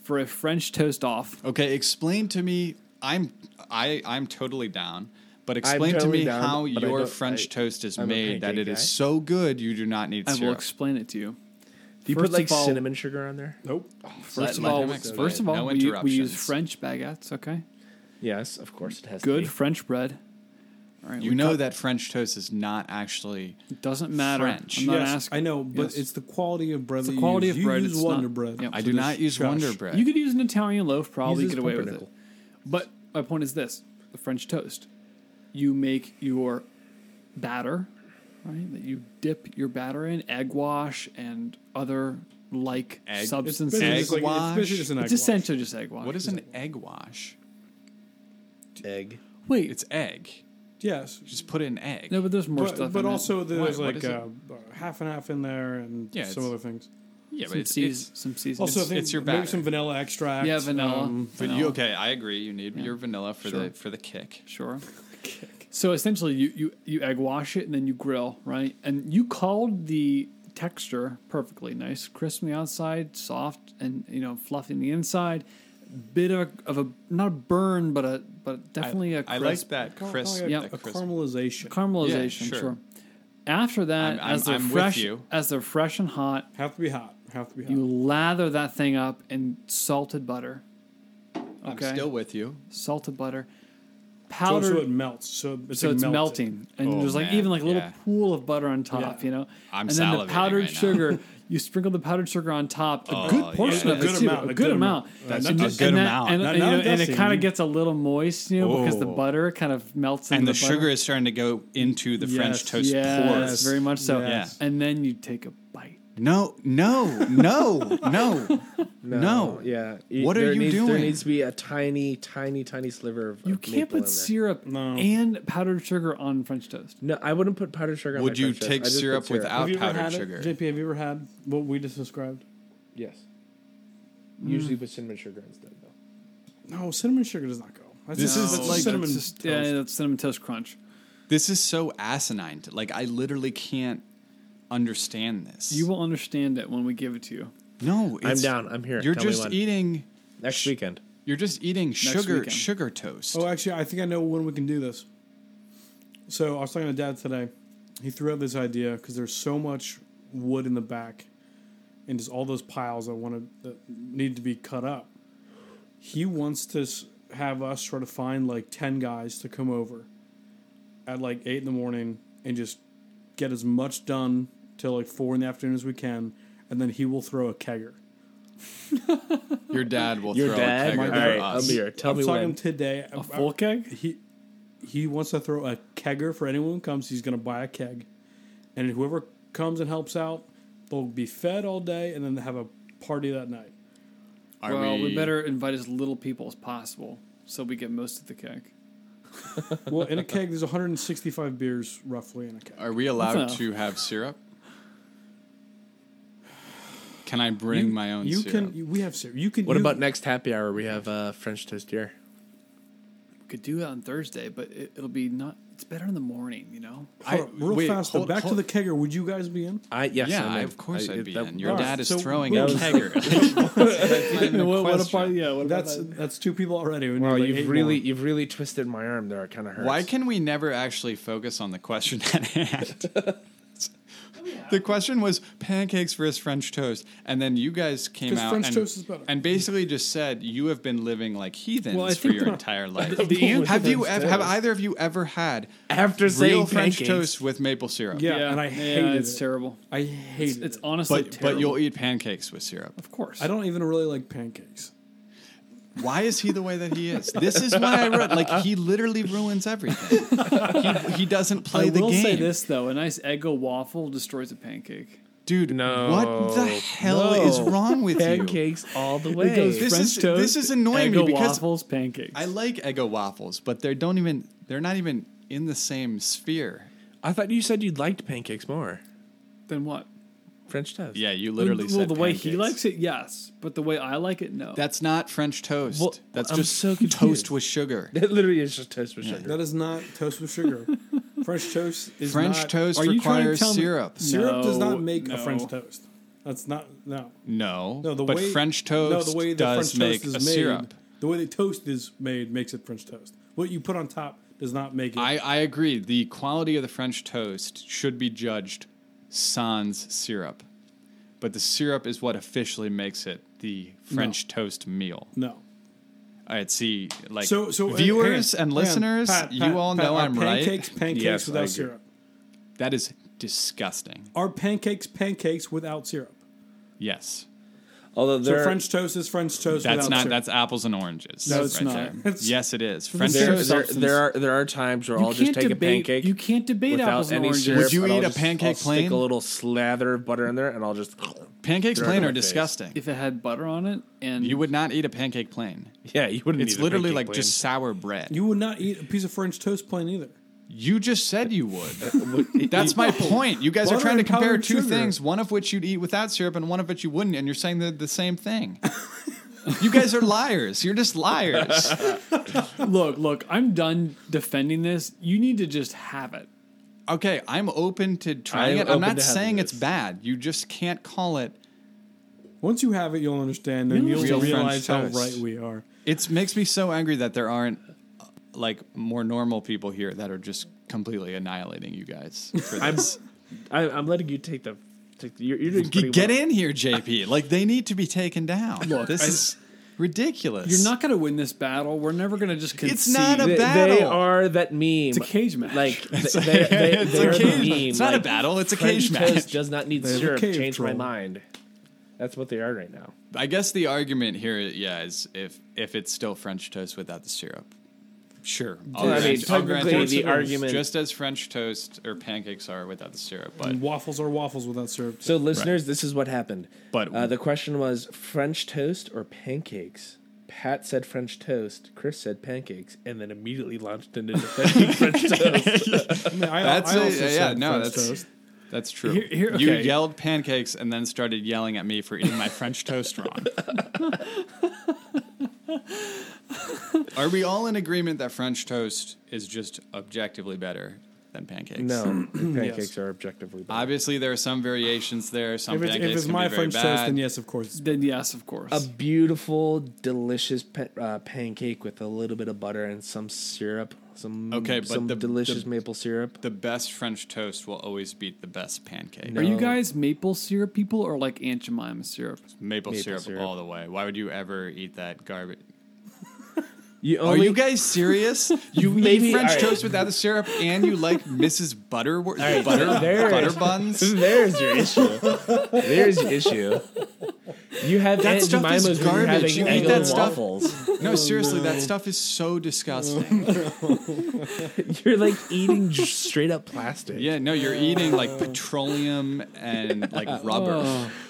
Speaker 2: for a French toast off.
Speaker 3: Okay, explain to me. I'm I I'm totally down. But explain
Speaker 9: totally
Speaker 3: to me
Speaker 9: down,
Speaker 3: how
Speaker 9: but I
Speaker 3: your
Speaker 9: don't-
Speaker 3: French
Speaker 9: I-
Speaker 3: toast is
Speaker 9: I'm a
Speaker 3: made that
Speaker 9: pancake
Speaker 3: it is
Speaker 9: guy.
Speaker 3: so good you do not need
Speaker 2: I will
Speaker 3: syrup.
Speaker 2: explain it to you.
Speaker 9: Do you
Speaker 2: First
Speaker 9: put like
Speaker 2: of all-
Speaker 9: cinnamon sugar on there?
Speaker 5: Nope.
Speaker 2: First of
Speaker 3: let
Speaker 2: all,
Speaker 3: him explain.
Speaker 2: first of all,
Speaker 3: No
Speaker 2: we, we use
Speaker 3: interruptions.
Speaker 2: French baguettes. Okay,
Speaker 9: Yes, of course it has. to
Speaker 2: good
Speaker 9: be.
Speaker 2: French bread. All right,
Speaker 3: You
Speaker 2: we
Speaker 3: know
Speaker 2: cut-
Speaker 3: that French toast is not actually
Speaker 2: it doesn't matter.
Speaker 3: French.
Speaker 2: I'm not
Speaker 5: yes,
Speaker 2: asking.
Speaker 5: I know, but
Speaker 2: Yes.
Speaker 5: it's the quality of bread.
Speaker 2: It's the
Speaker 5: that you
Speaker 2: quality
Speaker 5: use.
Speaker 2: of
Speaker 5: You
Speaker 2: bread,
Speaker 5: use
Speaker 2: it's
Speaker 5: Wonder
Speaker 2: not-
Speaker 5: bread.
Speaker 2: yeah.
Speaker 3: I
Speaker 5: So
Speaker 3: do
Speaker 5: this
Speaker 3: not use
Speaker 5: trash.
Speaker 3: Wonder Bread.
Speaker 2: You could use an Italian loaf, probably
Speaker 9: Uses
Speaker 2: get away with it.
Speaker 9: pumpernickel.
Speaker 2: But my point is this: the French toast. You make your batter, right? That you dip your batter in egg wash and other like
Speaker 3: Egg-
Speaker 5: It's
Speaker 2: substances.
Speaker 5: basically just
Speaker 3: Egg
Speaker 5: like it's basically
Speaker 3: wash.
Speaker 5: just an egg
Speaker 2: It's essentially just egg wash.
Speaker 3: What is an egg wash?
Speaker 9: egg.
Speaker 2: Wait,
Speaker 3: It's egg.
Speaker 5: wash. Yes,
Speaker 3: Just put in egg.
Speaker 2: no, but there's more
Speaker 5: but,
Speaker 2: stuff.
Speaker 5: but
Speaker 2: in it.
Speaker 5: also there's
Speaker 3: Why- what is
Speaker 5: like
Speaker 3: it?
Speaker 5: uh, half and half in there and
Speaker 3: Yeah,
Speaker 5: some
Speaker 3: it's-
Speaker 5: other things.
Speaker 3: yeah,
Speaker 2: some, seas- some seasoning.
Speaker 5: Also, I
Speaker 3: it's-
Speaker 5: think um,
Speaker 3: it's your
Speaker 5: maybe
Speaker 3: batter.
Speaker 5: some vanilla extract.
Speaker 2: Yeah, vanilla.
Speaker 3: But you okay? I agree. You need your vanilla for
Speaker 2: Sure.
Speaker 3: the for the kick.
Speaker 2: Sure. So essentially, you, you you egg wash it and then you grill, right? And you called the texture perfectly nice, crisp on the outside, soft and you know fluffy on the inside. Bit of a, of a not a burn, but a but definitely a
Speaker 3: I
Speaker 2: crisp
Speaker 3: like that
Speaker 5: Car-
Speaker 3: crisp.
Speaker 5: like
Speaker 2: Yeah.
Speaker 5: a
Speaker 3: that crisp.
Speaker 5: caramelization.
Speaker 2: caramelization.
Speaker 3: Yeah,
Speaker 2: sure.
Speaker 3: sure.
Speaker 2: After that,
Speaker 3: I'm- I'm-
Speaker 2: as they're
Speaker 3: I'm with
Speaker 2: fresh,
Speaker 3: you.
Speaker 2: as they're fresh and hot,
Speaker 5: have to be hot. Have to be hot.
Speaker 2: you lather that thing up in salted butter.
Speaker 3: I'm
Speaker 2: Okay,
Speaker 3: still with you.
Speaker 2: salted butter,
Speaker 5: so,
Speaker 2: powdered
Speaker 5: so it melts. So it's,
Speaker 2: so
Speaker 5: like
Speaker 2: it's
Speaker 5: melted.
Speaker 2: melting, and
Speaker 3: Oh,
Speaker 2: there's like
Speaker 3: man,
Speaker 2: even like a little
Speaker 3: yeah.
Speaker 2: pool of butter on top,
Speaker 5: Yeah.
Speaker 2: you know.
Speaker 3: I'm
Speaker 2: and then the
Speaker 3: salivating
Speaker 2: powdered
Speaker 3: right now. *laughs*
Speaker 2: sugar, You sprinkle the powdered sugar on top, a
Speaker 3: Oh, yeah.
Speaker 2: good portion
Speaker 5: A
Speaker 2: of
Speaker 5: good
Speaker 2: it, too,
Speaker 5: amount,
Speaker 2: a good amount.
Speaker 3: That's
Speaker 2: And
Speaker 3: a
Speaker 2: just-
Speaker 3: good
Speaker 2: and that-
Speaker 3: amount.
Speaker 2: and,
Speaker 5: Now-
Speaker 2: and, you
Speaker 5: now
Speaker 2: know,
Speaker 5: it does
Speaker 2: and it
Speaker 5: seem-
Speaker 2: kind of gets a little moist, you know, because the
Speaker 3: Oh.
Speaker 2: butter kind of melts in
Speaker 3: and the,
Speaker 2: butter.
Speaker 3: sugar is starting to go into the French
Speaker 5: Yes,
Speaker 3: toast
Speaker 2: yes,
Speaker 3: pores.
Speaker 2: very much so.
Speaker 3: Yes.
Speaker 2: And then you take a bite.
Speaker 3: No, no, no, no, no.
Speaker 9: Oh, Yeah. E,
Speaker 3: What are
Speaker 9: there
Speaker 3: you
Speaker 9: needs- There
Speaker 3: doing?
Speaker 9: needs to be a tiny, tiny, tiny sliver of.
Speaker 2: You
Speaker 9: of
Speaker 2: can't
Speaker 9: maple in
Speaker 2: put
Speaker 9: there.
Speaker 2: syrup and powdered sugar on French toast.
Speaker 9: No, I wouldn't put powdered sugar. on
Speaker 3: Would
Speaker 9: my
Speaker 3: you
Speaker 9: French toast.
Speaker 3: take
Speaker 9: I just put
Speaker 3: syrup without
Speaker 5: Have you ever
Speaker 3: powdered
Speaker 5: had
Speaker 3: sugar?
Speaker 5: it? JP, have you ever had what we just described?
Speaker 9: Yes. Usually with cinnamon sugar instead, though.
Speaker 5: No, cinnamon sugar does not go. That's
Speaker 3: This is
Speaker 5: that's
Speaker 3: like-
Speaker 5: cinnamon.
Speaker 2: That's just- yeah, that's cinnamon toast crunch.
Speaker 3: This is so asinine. to- Like I literally can't understand this.
Speaker 2: You will understand it when we give it to you.
Speaker 3: no.
Speaker 9: I'm
Speaker 3: it's-
Speaker 9: down. I'm here.
Speaker 3: You're
Speaker 9: Tell me
Speaker 3: just
Speaker 9: when.
Speaker 3: eating.
Speaker 9: next weekend.
Speaker 3: You're just eating sugar
Speaker 2: weekend.
Speaker 3: sugar toast.
Speaker 5: Oh, actually, I think I know when we can do this. So I was talking to Dad today. He threw out this idea because there's so much wood in the back, and just all those piles that want to that need to be cut up. He wants to s- have us try to find like ten guys to come over at like eight in the morning and just get as much done till like four in the afternoon as we can, and then he will throw a kegger.
Speaker 3: Your dad will
Speaker 9: Your
Speaker 3: throw
Speaker 9: dad.
Speaker 3: a keg
Speaker 9: All
Speaker 3: over
Speaker 9: right,
Speaker 3: us.
Speaker 9: I'm here. Tell
Speaker 5: I'm
Speaker 9: me
Speaker 5: talking
Speaker 9: when.
Speaker 5: today.
Speaker 2: A full keg?
Speaker 5: he he wants to throw a kegger for anyone who comes. He's going to buy a keg, and whoever comes and helps out, they'll be fed all day, and then have a party that night.
Speaker 3: Are
Speaker 2: well, we... better invite as little people as possible so we get most of the cake.
Speaker 5: Well, in a keg, there's 165 *laughs* beers roughly in a keg.
Speaker 3: Are we allowed
Speaker 2: enough.
Speaker 3: to have syrup? Can I bring my own
Speaker 5: You
Speaker 3: syrup?
Speaker 5: can. We have syrup. You can.
Speaker 9: What
Speaker 5: you-
Speaker 9: about next happy hour? We have uh, French toast here.
Speaker 2: We could do it on Thursday, but it, it'll be not. It's better in the morning, you know.
Speaker 5: Hold up, real
Speaker 3: wait,
Speaker 5: fast? though,
Speaker 3: hold-
Speaker 5: back
Speaker 3: hold-
Speaker 5: to the kegger. Would you guys be in?
Speaker 9: I yes.
Speaker 3: Yeah,
Speaker 9: I'm in.
Speaker 3: of course
Speaker 9: I-
Speaker 3: I, would be
Speaker 9: that-
Speaker 3: in. Your
Speaker 5: all right,
Speaker 3: dad is
Speaker 5: so
Speaker 3: throwing
Speaker 5: we-
Speaker 3: a
Speaker 5: That was-
Speaker 3: kegger.
Speaker 2: yeah, *laughs* what
Speaker 5: That's that's two people already. We need,
Speaker 9: Wow,
Speaker 5: like,
Speaker 9: you've
Speaker 5: eight
Speaker 9: really
Speaker 5: more.
Speaker 9: you've really twisted my arm there. It kind of hurts.
Speaker 3: Why can we never actually focus on the question at hand? the question was pancakes versus French toast, and then you guys came
Speaker 5: 'Cause
Speaker 3: out
Speaker 5: French
Speaker 3: and,
Speaker 5: toast is better.
Speaker 3: and basically just said you have been living like heathens
Speaker 2: Well, I
Speaker 3: for
Speaker 2: think
Speaker 3: your
Speaker 2: the-
Speaker 3: entire life.
Speaker 2: the
Speaker 5: *laughs*
Speaker 2: answer-
Speaker 3: have you ev- have either of you ever had
Speaker 9: after
Speaker 3: real
Speaker 9: saying
Speaker 3: French
Speaker 9: pancakes,
Speaker 3: toast with maple syrup?
Speaker 5: Yeah, and I hated
Speaker 2: it's
Speaker 5: it.
Speaker 2: terrible.
Speaker 5: I hate it.
Speaker 2: It's honestly
Speaker 3: But,
Speaker 2: terrible.
Speaker 3: but you'll eat pancakes with syrup.
Speaker 2: of course.
Speaker 5: I don't even really like pancakes.
Speaker 3: Why is he the way that he is? This is why I wrote like he literally ruins everything. He, he doesn't play
Speaker 2: I
Speaker 3: the
Speaker 2: will
Speaker 3: game.
Speaker 2: say this though: a nice Eggo waffle destroys a pancake.
Speaker 3: dude.
Speaker 9: No.
Speaker 3: what the hell is wrong with you?
Speaker 9: pancakes all the way.
Speaker 3: This is this is annoying
Speaker 2: Eggo
Speaker 3: me because
Speaker 2: waffles, pancakes.
Speaker 3: I like Eggo waffles, but they don't even they're not even in the same sphere.
Speaker 9: I thought you said you liked pancakes more.
Speaker 2: then what?
Speaker 9: French toast.
Speaker 3: Yeah, you literally
Speaker 2: well,
Speaker 3: said
Speaker 2: the way he
Speaker 3: pancakes.
Speaker 2: likes it, yes, but the way I like it, no.
Speaker 3: That's not French toast.
Speaker 9: Well,
Speaker 3: That's
Speaker 9: I'm
Speaker 3: just
Speaker 9: so confused.
Speaker 3: toast with sugar.
Speaker 9: *laughs* It literally is just toast with sugar.
Speaker 5: That is not toast
Speaker 2: *laughs*
Speaker 5: with sugar. French toast is
Speaker 3: French
Speaker 5: not-
Speaker 3: toast
Speaker 5: Are you trying to
Speaker 3: requires
Speaker 5: tell me-
Speaker 3: syrup.
Speaker 5: Syrup does
Speaker 2: No,
Speaker 5: not make
Speaker 2: no.
Speaker 5: a French toast. That's not no.
Speaker 3: *laughs* No,
Speaker 5: No, the
Speaker 3: but
Speaker 5: way
Speaker 3: French toast
Speaker 5: no, the way the
Speaker 3: does
Speaker 5: French
Speaker 3: make
Speaker 5: toast
Speaker 3: a
Speaker 5: is made,
Speaker 3: syrup.
Speaker 5: The way the toast is made makes it French toast. What you put on top does not make it.
Speaker 3: I, I agree. The quality of the French toast should be judged sans syrup. But the syrup is what officially makes it the French toast meal.
Speaker 5: no.
Speaker 3: All right, see, like
Speaker 5: So so uh,
Speaker 3: viewers
Speaker 5: hang on,
Speaker 3: and
Speaker 5: hang on.
Speaker 3: listeners,
Speaker 5: Pat,
Speaker 3: you
Speaker 5: Pat,
Speaker 3: all
Speaker 5: Pat,
Speaker 3: know
Speaker 5: are
Speaker 3: I'm
Speaker 5: pancakes,
Speaker 3: right.
Speaker 5: Pancakes
Speaker 9: Yes, I
Speaker 5: without
Speaker 9: agree.
Speaker 5: syrup.
Speaker 3: That is disgusting.
Speaker 5: Are pancakes pancakes without syrup?
Speaker 3: Yes,
Speaker 9: Although
Speaker 5: So
Speaker 9: there,
Speaker 5: French toast is French toast
Speaker 3: that's
Speaker 5: without
Speaker 3: not
Speaker 5: syrup.
Speaker 3: that's apples and oranges.
Speaker 2: No, it's not.
Speaker 5: It's-
Speaker 3: yes, it is. French
Speaker 9: there,
Speaker 3: toast.
Speaker 9: there, there are there are times where
Speaker 2: you
Speaker 9: I'll
Speaker 2: can't
Speaker 9: just take a
Speaker 2: debate.
Speaker 9: pancake
Speaker 2: you can't debate apples
Speaker 9: without
Speaker 2: and
Speaker 9: any
Speaker 2: oranges.
Speaker 9: syrup.
Speaker 3: Would you
Speaker 9: and
Speaker 3: eat
Speaker 9: I'll
Speaker 3: a
Speaker 9: just- I'll
Speaker 3: pancake plain?
Speaker 9: Stick a little slather of butter in there, and I'll just
Speaker 3: Pancakes
Speaker 9: They're in
Speaker 3: plain
Speaker 9: my
Speaker 3: are
Speaker 9: face.
Speaker 3: disgusting.
Speaker 2: if it had butter on it, and
Speaker 3: you would not eat a pancake plain.
Speaker 9: yeah. You wouldn't.
Speaker 3: It's
Speaker 9: eat a
Speaker 3: literally
Speaker 9: pancake
Speaker 3: like
Speaker 9: plain.
Speaker 3: just sour bread.
Speaker 5: you would not eat a piece of French toast plain either.
Speaker 3: You just said you
Speaker 9: *laughs* Uh,
Speaker 3: would. That's my point. You guys are
Speaker 5: Butter
Speaker 3: trying to
Speaker 5: and
Speaker 3: compare
Speaker 5: powdered
Speaker 3: two
Speaker 5: sugar.
Speaker 3: things, one of which you'd eat without syrup and one of which you wouldn't, and you're saying they're the same thing. you
Speaker 5: *laughs*
Speaker 3: guys are liars. You're just liars.
Speaker 2: look, look, I'm done defending this. You need to just have it.
Speaker 3: Okay, I'm open to trying
Speaker 9: am
Speaker 3: it. I'm
Speaker 9: open
Speaker 3: not
Speaker 9: to having
Speaker 3: saying it's
Speaker 9: this.
Speaker 3: bad. You just can't call it.
Speaker 5: Once you have it, you'll understand, and you'll
Speaker 3: Real French
Speaker 5: realize how
Speaker 3: toast.
Speaker 5: right we are.
Speaker 3: It makes me so angry that there aren't uh, like more normal people here that are just completely annihilating you guys.
Speaker 9: *laughs*
Speaker 3: For this.
Speaker 9: I, I'm letting you take the. Take the you're, you're doing
Speaker 3: G-
Speaker 9: pretty
Speaker 3: Get
Speaker 9: well.
Speaker 3: in here, JP. Like they need to be taken down. Look, this is ridiculous.
Speaker 2: You're not going to win this battle. We're never going to just concede.
Speaker 3: It's not a
Speaker 9: They,
Speaker 3: battle.
Speaker 9: they are that meme. It's
Speaker 2: a cage match.
Speaker 9: Like th- they, they,
Speaker 3: *laughs* it's
Speaker 9: they're
Speaker 3: a
Speaker 9: the
Speaker 3: cage.
Speaker 9: meme.
Speaker 3: It's not a
Speaker 9: like,
Speaker 3: battle. It's a
Speaker 9: French
Speaker 3: cage
Speaker 9: toast
Speaker 3: match.
Speaker 9: does not need
Speaker 5: a
Speaker 9: syrup.
Speaker 5: cage
Speaker 9: Change my
Speaker 5: troll.
Speaker 9: mind. That's what they are right now.
Speaker 3: I guess the argument here, yeah, is if if it's still French toast without the syrup. Sure, I'll
Speaker 9: I mean,
Speaker 3: grant- I'll grant
Speaker 9: technically,
Speaker 3: it.
Speaker 9: the argument-
Speaker 3: just as French toast or pancakes are without the syrup, but
Speaker 5: And waffles are waffles without syrup.
Speaker 9: So, listeners, this is what happened.
Speaker 3: But-
Speaker 9: uh, the question was French toast or pancakes. Pat said French toast. Chris said pancakes, and then immediately launched into
Speaker 3: *laughs*
Speaker 9: defending French toast.
Speaker 5: I mean, *laughs* I,
Speaker 3: That's
Speaker 5: I
Speaker 3: a-
Speaker 5: also
Speaker 3: yeah,
Speaker 5: said
Speaker 3: no,
Speaker 5: French
Speaker 3: that's-
Speaker 5: toast.
Speaker 3: that's true.
Speaker 2: Here- here-
Speaker 3: You
Speaker 2: okay.
Speaker 3: yelled pancakes and then started yelling at me for eating my French toast
Speaker 5: *laughs*
Speaker 3: wrong. Are we all in agreement that French toast is just objectively better than pancakes? *clears throat*
Speaker 9: No, pancakes are objectively better.
Speaker 3: Obviously, there are some variations there. Some
Speaker 5: If it's,
Speaker 3: pancakes
Speaker 5: if it's
Speaker 3: can
Speaker 5: my
Speaker 3: be very
Speaker 5: French
Speaker 3: bad.
Speaker 5: toast, then yes, of course.
Speaker 2: Then yes, of course.
Speaker 9: a beautiful, delicious pa- uh, pancake with a little bit of butter and some syrup, some
Speaker 3: Okay, but
Speaker 9: some
Speaker 3: the-
Speaker 9: delicious
Speaker 3: the-
Speaker 9: maple syrup.
Speaker 3: The best French toast will always beat the best pancake.
Speaker 9: No.
Speaker 2: Are you guys maple syrup people or like Aunt Jemima syrup?
Speaker 3: Maple,
Speaker 9: Maple
Speaker 3: syrup,
Speaker 9: syrup.
Speaker 3: all the way. Why would you ever eat that garbage?
Speaker 9: You
Speaker 3: Are
Speaker 9: only,
Speaker 3: you guys serious? You
Speaker 9: Maybe-
Speaker 3: eat French
Speaker 9: all right.
Speaker 3: toast without the syrup, and you like Mrs. Butterworth butter
Speaker 9: there
Speaker 3: butter
Speaker 9: is-
Speaker 3: buns.
Speaker 9: *laughs* There's your issue. There's your issue. You have
Speaker 3: That
Speaker 9: Aunt
Speaker 3: stuff
Speaker 9: Jemima's
Speaker 3: is
Speaker 9: when you're
Speaker 3: garbage. You
Speaker 9: having
Speaker 3: eat
Speaker 9: egg
Speaker 3: that
Speaker 9: and
Speaker 3: stuff.
Speaker 9: waffles. *laughs*
Speaker 3: No, seriously, that stuff is so disgusting.
Speaker 9: You're like eating j- straight up plastic.
Speaker 3: Yeah, no, you're eating like petroleum and like rubber.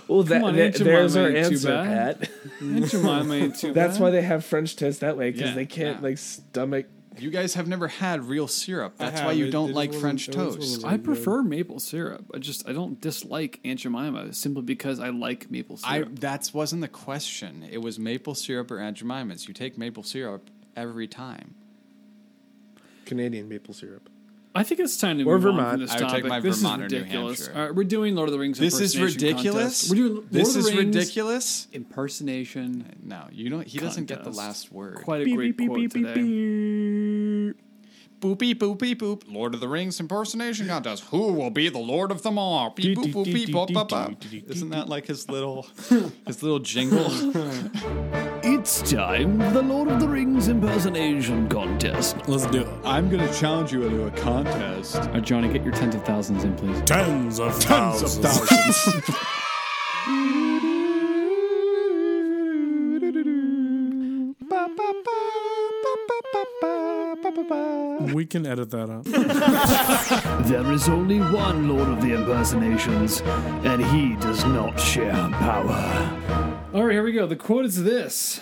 Speaker 9: Well, that,
Speaker 2: on,
Speaker 9: that-
Speaker 2: Aunt Jemima
Speaker 9: there's our
Speaker 2: ain't too
Speaker 9: answer,
Speaker 2: bad. *laughs*
Speaker 9: Pat.
Speaker 2: Aunt Jemima
Speaker 3: *laughs*
Speaker 2: ain't too
Speaker 9: *laughs* That's
Speaker 2: bad.
Speaker 9: why they have French toast that way because
Speaker 3: Yeah,
Speaker 9: they can't
Speaker 3: yeah.
Speaker 9: like stomach.
Speaker 3: You guys have never had real syrup. That's
Speaker 5: have.
Speaker 3: why you
Speaker 5: It- it
Speaker 3: don't
Speaker 5: just
Speaker 3: like
Speaker 5: wasn't-
Speaker 3: French
Speaker 5: it was-
Speaker 3: toast.
Speaker 5: wasn't-
Speaker 2: I prefer maple syrup. I just I don't dislike Aunt Jemima simply because I like maple
Speaker 3: I
Speaker 2: syrup.
Speaker 3: that wasn't the question. It was maple syrup or Aunt Jemima's. You take maple syrup every time.
Speaker 9: Canadian maple syrup.
Speaker 2: I, think it's time to
Speaker 9: Or
Speaker 2: move
Speaker 9: Vermont.
Speaker 2: on from this
Speaker 3: I would take
Speaker 2: topic.
Speaker 3: my
Speaker 2: this
Speaker 3: Vermont or
Speaker 2: is
Speaker 3: New
Speaker 2: ridiculous.
Speaker 3: Hampshire.
Speaker 2: All right, we're doing Lord of the Rings.
Speaker 3: This is
Speaker 2: impersonation
Speaker 3: ridiculous.
Speaker 2: contest. We're doing Lord
Speaker 3: this
Speaker 2: of the
Speaker 3: is
Speaker 2: Rings
Speaker 3: ridiculous.
Speaker 2: impersonation.
Speaker 3: No, you don't. He doesn't get the
Speaker 2: Contest.
Speaker 3: last word.
Speaker 2: Quite a great quote today.
Speaker 3: Boopy boopy boop. Lord of the Rings impersonation contest. Who will be the Lord of them all? Beep boop boop beep bop bop bop. Isn't that like his
Speaker 5: *laughs*
Speaker 3: little his little jingle?
Speaker 2: It's time for the Lord of the Rings impersonation contest.
Speaker 5: Let's do it.
Speaker 3: I'm gonna challenge you into a contest.
Speaker 2: Johnny, get your tens of thousands in, please.
Speaker 5: Tens of thousands. thousands. *laughs* we can edit that out.
Speaker 2: There is only one Lord of the Impersonations, and he does not share power. All right, here we go. The quote is this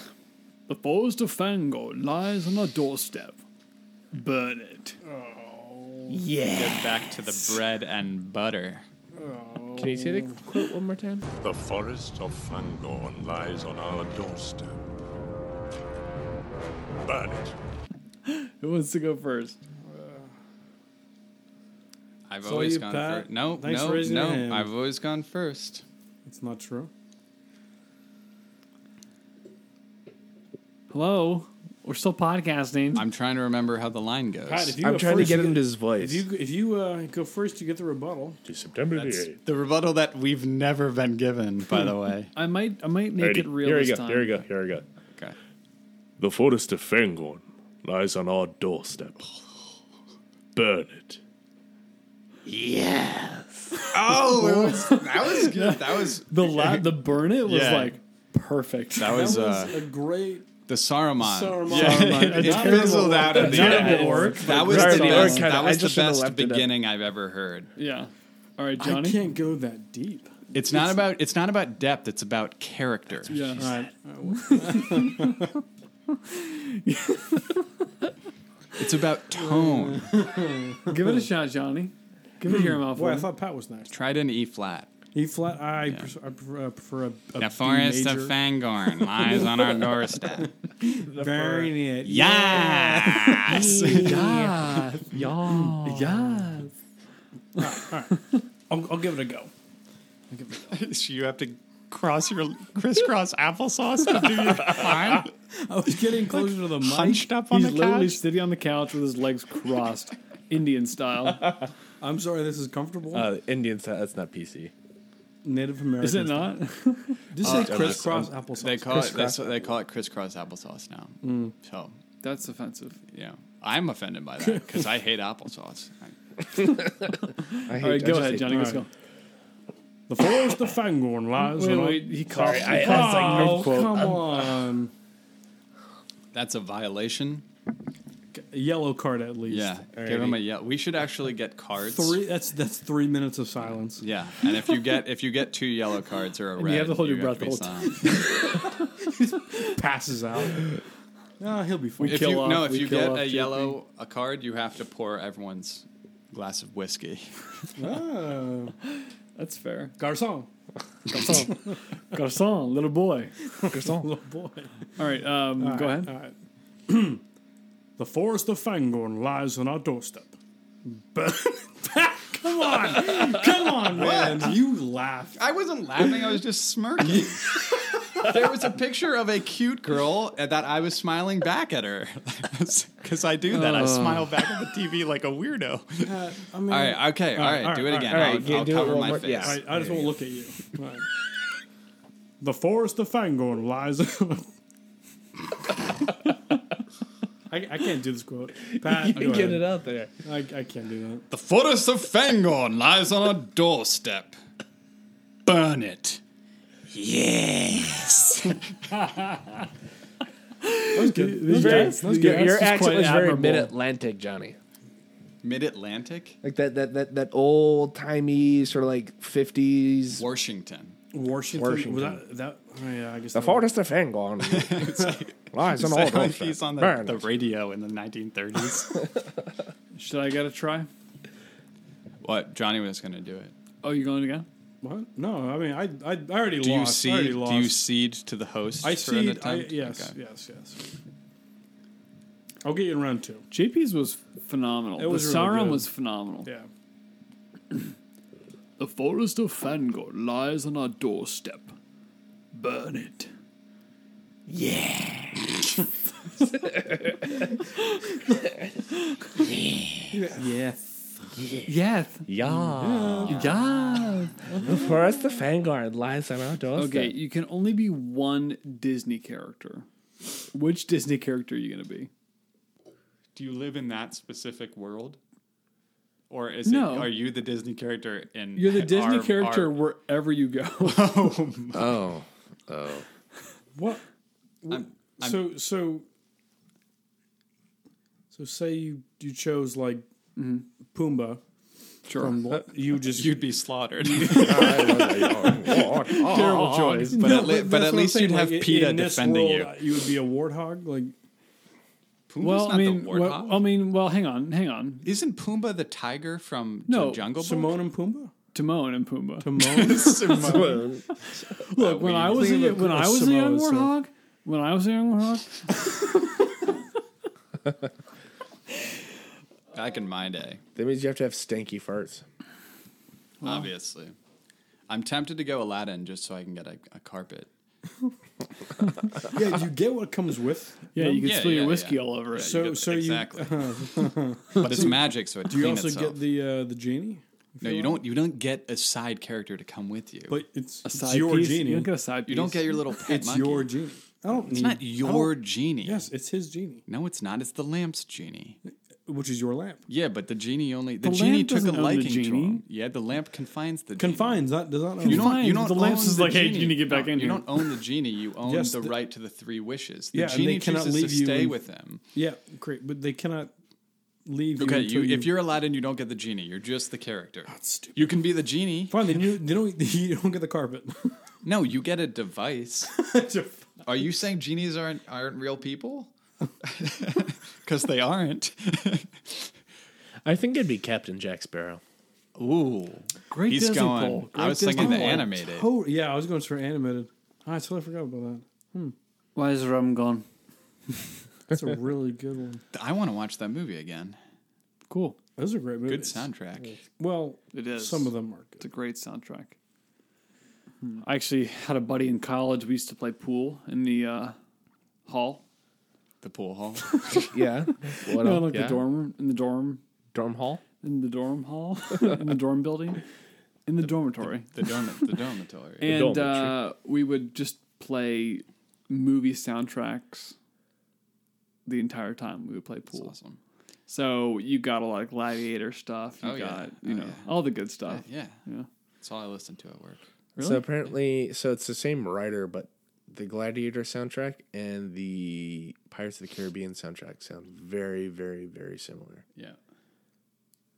Speaker 2: The forest of Fango lies on our doorstep. Burn it.
Speaker 3: Get back to the bread and butter.
Speaker 9: Can you say the quote one more time?
Speaker 7: The forest of Fangorn lies on our doorstep. Burn it.
Speaker 2: Who wants to go first?
Speaker 3: I've
Speaker 5: So
Speaker 3: always
Speaker 5: you,
Speaker 3: gone
Speaker 5: Pat,
Speaker 3: first. No,
Speaker 5: thanks for
Speaker 3: no,
Speaker 5: raising your hand.
Speaker 3: no. I've always gone first.
Speaker 5: It's not true.
Speaker 2: Hello? We're still podcasting.
Speaker 3: I'm trying to remember how the line goes.
Speaker 5: Pat, if you
Speaker 9: I'm
Speaker 5: go
Speaker 9: trying to
Speaker 5: first,
Speaker 9: get
Speaker 5: you
Speaker 9: into his voice.
Speaker 5: If you if you uh, go first, you get the rebuttal.
Speaker 9: September the
Speaker 3: That's the rebuttal that we've never been given, by the way.
Speaker 2: I might I might make it real
Speaker 10: Here we
Speaker 2: this
Speaker 10: go.
Speaker 2: time.
Speaker 10: Here we go. Here we go.
Speaker 3: Okay.
Speaker 10: The forest of Fangorn lies on our doorstep. Burn it.
Speaker 3: *laughs* Oh, that was
Speaker 5: *laughs*
Speaker 3: good. That was
Speaker 2: The, la- the burn it was
Speaker 3: Yeah.
Speaker 2: like perfect.
Speaker 3: that was uh,
Speaker 5: a great
Speaker 3: the Saruman.
Speaker 5: Saruman.
Speaker 3: *laughs* it, it fizzled out at the
Speaker 2: Not
Speaker 3: end.
Speaker 2: a work.
Speaker 3: That was the
Speaker 9: Sorry, Lord,
Speaker 3: best,
Speaker 9: kinda-
Speaker 3: that
Speaker 9: I
Speaker 3: was the
Speaker 9: just should've
Speaker 3: best
Speaker 9: left it up.
Speaker 3: beginning I've ever heard.
Speaker 2: Yeah. All right,
Speaker 5: I
Speaker 2: Johnny.
Speaker 5: can't go that deep.
Speaker 3: It's not about it's not about depth, it's about character.
Speaker 5: *laughs*
Speaker 2: Yeah.
Speaker 5: All right.
Speaker 3: It's about tone.
Speaker 2: Give it a shot, Johnny. Give it your mouth.
Speaker 5: Boy, I thought Pat was next.
Speaker 3: Tried an E flat.
Speaker 5: E flat. I, pres- I prefer, uh, prefer a, a
Speaker 3: The
Speaker 5: B
Speaker 3: forest
Speaker 5: major.
Speaker 3: of Fangorn lies on our *laughs* doorstep.
Speaker 5: Burn it.
Speaker 3: Yes.
Speaker 2: Yeah. Yeah. Yeah.
Speaker 5: I'll, I'll give it a go.
Speaker 3: you have to cross your crisscross applesauce to do your *laughs* fine.
Speaker 5: I was getting closer to the mic.
Speaker 3: Hunched up
Speaker 2: He's literally sitting on the couch with his legs crossed, Indian style.
Speaker 5: I'm sorry, this is comfortable.
Speaker 9: Uh, Indian style. That's not PC.
Speaker 5: Native American.
Speaker 2: Is it not? *laughs*
Speaker 5: Just
Speaker 3: Uh,
Speaker 5: say crisscross
Speaker 3: uh,
Speaker 5: applesauce.
Speaker 3: They call it that's
Speaker 5: Crisscross.
Speaker 3: what they call it crisscross applesauce now.
Speaker 5: Mm.
Speaker 3: So
Speaker 2: That's offensive.
Speaker 3: yeah, I'm offended by that because I hate applesauce.
Speaker 9: I hate,
Speaker 2: All right, go
Speaker 9: I just
Speaker 2: ahead,
Speaker 9: hate-
Speaker 2: Johnny. Let's go.
Speaker 5: The forest of Fangorn lies.
Speaker 2: Wait,
Speaker 5: on a-
Speaker 2: wait, he coughed.
Speaker 9: Sorry, I-
Speaker 2: He
Speaker 9: I was
Speaker 2: coughed.
Speaker 9: like,
Speaker 5: Oh,
Speaker 9: mid-quote.
Speaker 5: come
Speaker 9: I'm-
Speaker 5: on.
Speaker 3: That's a violation.
Speaker 5: A Yellow card at least.
Speaker 3: Yeah, give him a yell. We should actually get cards.
Speaker 5: Three. That's that's three minutes of silence.
Speaker 3: Yeah, and if you get if you get two yellow
Speaker 2: *laughs*
Speaker 3: cards or a red,
Speaker 2: you have to hold your breath
Speaker 3: have to
Speaker 2: the
Speaker 3: be
Speaker 2: whole *laughs*
Speaker 3: silent.
Speaker 5: Passes out. No, Ah, he'll be fine.
Speaker 3: If
Speaker 2: kill
Speaker 3: you,
Speaker 2: off-
Speaker 3: no, if
Speaker 2: we
Speaker 3: you
Speaker 2: kill
Speaker 3: get
Speaker 2: off
Speaker 3: a
Speaker 2: two
Speaker 3: yellow a card, you have to pour everyone's glass of whiskey.
Speaker 5: Oh.
Speaker 2: That's fair.
Speaker 3: *laughs*
Speaker 5: Garcon.
Speaker 2: Garcon, little boy.
Speaker 5: Little boy.
Speaker 2: All right, um, go ahead.
Speaker 5: All right. the forest of Fangorn lies on our doorstep. *laughs* But come on, come on, man! You laughed.
Speaker 3: I wasn't laughing. I was just *laughs* smirking. there was a picture of a cute girl and that I was smiling back at her *laughs* because I do that. I smile back at the TV like a weirdo.
Speaker 5: I mean,
Speaker 3: All right, okay, all right,
Speaker 5: all
Speaker 3: do
Speaker 5: right,
Speaker 3: it
Speaker 5: all
Speaker 3: again.
Speaker 5: right,
Speaker 3: I'll,
Speaker 9: yeah,
Speaker 3: I'll
Speaker 9: do it
Speaker 3: cover
Speaker 9: one
Speaker 3: my
Speaker 9: more-
Speaker 3: face.
Speaker 9: yeah.
Speaker 5: I, I just won't look at you. *laughs* All right. the forest of Fangorn lies. *laughs* I, I can't do this *laughs* quote. Pat, go
Speaker 9: Get it
Speaker 5: ahead.
Speaker 9: out there.
Speaker 5: I, I can't do
Speaker 3: The forest of Fangorn lies on our doorstep. Burn it. Yes.
Speaker 5: that. That was good.
Speaker 9: Your, your
Speaker 2: That's
Speaker 9: accent
Speaker 2: quite
Speaker 9: was very
Speaker 2: admirable.
Speaker 9: mid-Atlantic, Johnny.
Speaker 3: Mid Atlantic?
Speaker 9: Like that that that that old timey sort of like fifties.
Speaker 3: Washington.
Speaker 5: Washington.
Speaker 9: Washington.
Speaker 5: Was that, that, oh yeah, I guess
Speaker 9: The
Speaker 5: that-
Speaker 9: forest of Fangorn lies on all
Speaker 3: *laughs* Sound like
Speaker 9: doorstep.
Speaker 3: he's on the,
Speaker 9: Burn
Speaker 3: the
Speaker 9: it.
Speaker 3: radio in the 1930s.
Speaker 2: Should I get a try?
Speaker 3: *laughs* what? Johnny was going to do it.
Speaker 2: Oh, you going again?
Speaker 5: What? No, I mean, I, I, I already
Speaker 3: Do you,
Speaker 5: lost. I already
Speaker 3: cede,
Speaker 5: lost.
Speaker 3: do you cede to the host
Speaker 5: I
Speaker 3: for an
Speaker 5: see. I,
Speaker 3: attempt?
Speaker 5: yes,
Speaker 3: Okay.
Speaker 5: yes, yes. I'll get you in round two.
Speaker 2: JP's was phenomenal.
Speaker 5: It was
Speaker 2: the
Speaker 5: really
Speaker 2: Sauron
Speaker 5: good.
Speaker 2: was phenomenal.
Speaker 5: Yeah.
Speaker 2: The forest of Fangor lies on our doorstep. Burn it.
Speaker 5: Yes.
Speaker 2: Yes.
Speaker 9: Yeah.
Speaker 2: Yeah.
Speaker 9: The forest of Fangorn lies on our doorstep.
Speaker 2: Okay, you can only be one Disney character. Which Disney character are you going to be?
Speaker 3: Do you live in that specific world? Or is
Speaker 2: No.
Speaker 3: it, are you the Disney character in
Speaker 2: You're
Speaker 3: *laughs*
Speaker 2: the
Speaker 3: our-
Speaker 2: Disney
Speaker 3: our-
Speaker 2: character *laughs* wherever you
Speaker 3: *laughs*
Speaker 2: go.
Speaker 9: Oh.
Speaker 5: What?
Speaker 3: I'm- I'm-
Speaker 5: so so. So say you you chose like Pumbaa.
Speaker 2: Sure.
Speaker 5: From Lo- you just
Speaker 3: Mm-hmm. You'd
Speaker 2: *laughs*
Speaker 3: be slaughtered. *laughs*
Speaker 2: Terrible choice. But
Speaker 3: But at, le- but at least you'd have PETA defending uh, you.
Speaker 5: you. You would be a warthog. Like
Speaker 3: Pumbaa's
Speaker 2: well, I
Speaker 3: not
Speaker 2: mean,
Speaker 3: the
Speaker 2: well, um,
Speaker 3: warthog.
Speaker 2: I mean, well, hang on, hang on.
Speaker 3: Isn't Pumbaa the tiger from
Speaker 2: No,
Speaker 3: from Jungle Book? *laughs*
Speaker 5: Simone and Pumbaa.
Speaker 2: Timon and Pumbaa.
Speaker 5: Timon.
Speaker 2: Look, when I was a,
Speaker 5: Think of a-
Speaker 2: when
Speaker 5: a
Speaker 2: I was a young
Speaker 5: Samoa, so-
Speaker 2: warthog, when I was a young warthog,
Speaker 3: Back in my day,
Speaker 9: That means you have to have stanky farts.
Speaker 3: obviously. I'm tempted to go Aladdin just so I can get a, a carpet.
Speaker 5: yeah, you get what comes with.
Speaker 2: yeah, you could
Speaker 3: Yeah,
Speaker 2: spill
Speaker 3: yeah,
Speaker 2: your whiskey
Speaker 3: yeah.
Speaker 2: all over it.
Speaker 5: So
Speaker 3: get-
Speaker 5: so
Speaker 3: exactly.
Speaker 5: you *laughs*
Speaker 3: But it's magic, so it
Speaker 5: do you
Speaker 3: cleans
Speaker 5: also
Speaker 3: itself.
Speaker 5: get the uh, the genie,
Speaker 3: no, you don't. You don't get a side character to come with you.
Speaker 5: but it's, it's
Speaker 2: Side
Speaker 5: your
Speaker 2: piece.
Speaker 5: genie.
Speaker 2: You don't get a side piece.
Speaker 3: you don't get your little pet
Speaker 5: it's
Speaker 3: monkey.
Speaker 5: your genie. I don't.
Speaker 3: it's not your genie.
Speaker 5: Yes, it's his genie,
Speaker 3: No, it's not. It's the lamp's genie.
Speaker 5: which is your lamp.
Speaker 3: Yeah, but the genie only the,
Speaker 2: The
Speaker 3: genie
Speaker 2: lamp
Speaker 3: took a
Speaker 2: doesn't own the
Speaker 3: liking to
Speaker 2: genie.
Speaker 3: him. Yeah, the lamp confines the genie.
Speaker 5: Confines that does not.
Speaker 3: You don't.
Speaker 2: Fine,
Speaker 3: You don't.
Speaker 2: the lamp's
Speaker 3: own
Speaker 2: just
Speaker 3: the
Speaker 2: like, hey, genie, get back
Speaker 3: No,
Speaker 2: in
Speaker 3: You
Speaker 2: here.
Speaker 3: don't own the genie. You own
Speaker 5: Yes,
Speaker 3: the,
Speaker 5: the-
Speaker 3: right to the three wishes. The
Speaker 5: Yeah, and they
Speaker 3: genie
Speaker 5: cannot
Speaker 3: chooses
Speaker 5: leave
Speaker 3: to
Speaker 5: you
Speaker 3: stay
Speaker 5: and-
Speaker 3: with them.
Speaker 5: Yeah, great, but they cannot leave.
Speaker 3: Okay, you,
Speaker 5: until
Speaker 3: if you're Aladdin, you don't get the genie. You're just the character.
Speaker 5: stupid.
Speaker 3: You can be the genie.
Speaker 5: fine, then you, they don't. *laughs* You don't get the carpet. *laughs*
Speaker 3: No, you get
Speaker 2: *laughs*
Speaker 3: a device. Are you saying genies aren't aren't real people? *laughs* Because they aren't.
Speaker 9: I think it'd be Captain Jack Sparrow.
Speaker 3: Ooh,
Speaker 2: Great
Speaker 3: he's
Speaker 2: Disney
Speaker 3: going.
Speaker 2: poll.
Speaker 3: I
Speaker 2: Great
Speaker 3: was thinking
Speaker 2: Disney
Speaker 3: the
Speaker 2: poll.
Speaker 3: animated.
Speaker 5: oh yeah, I was going for animated. Ah, I totally forgot about that.
Speaker 2: Why is rum gone? *laughs*
Speaker 5: That's a really good one.
Speaker 3: I want to watch that movie again.
Speaker 2: Cool.
Speaker 5: Those are great movies.
Speaker 3: Good soundtrack.
Speaker 5: Well,
Speaker 2: It is.
Speaker 5: some of them are
Speaker 2: It's a
Speaker 5: good.
Speaker 2: great soundtrack. I actually had a buddy in college. We used to play pool in the uh, hall,
Speaker 3: The pool hall.
Speaker 9: *laughs* Yeah. What
Speaker 3: Oh,
Speaker 2: no,
Speaker 9: up?
Speaker 2: like
Speaker 9: Yeah.
Speaker 2: the dorm, in the dorm,
Speaker 9: Dorm hall.
Speaker 3: *laughs*
Speaker 2: in the dorm hall, in the dorm building. in the, dormitory.
Speaker 3: The, dormi- the dormitory.
Speaker 2: *laughs*
Speaker 3: The
Speaker 2: and
Speaker 3: dormitory.
Speaker 2: uh, we would just play movie soundtracks the entire time. We would play pool.
Speaker 3: awesome.
Speaker 2: So you got a lot of gladiator stuff. You
Speaker 3: Oh, yeah.
Speaker 2: got you
Speaker 3: Oh,
Speaker 2: know
Speaker 3: yeah.
Speaker 2: all the good stuff.
Speaker 3: Yeah,
Speaker 2: yeah.
Speaker 3: That's all I listen to at work.
Speaker 9: So apparently, so it's the same writer, but the Gladiator soundtrack and the Pirates of the Caribbean soundtrack sound very, very, very similar.
Speaker 3: Yeah.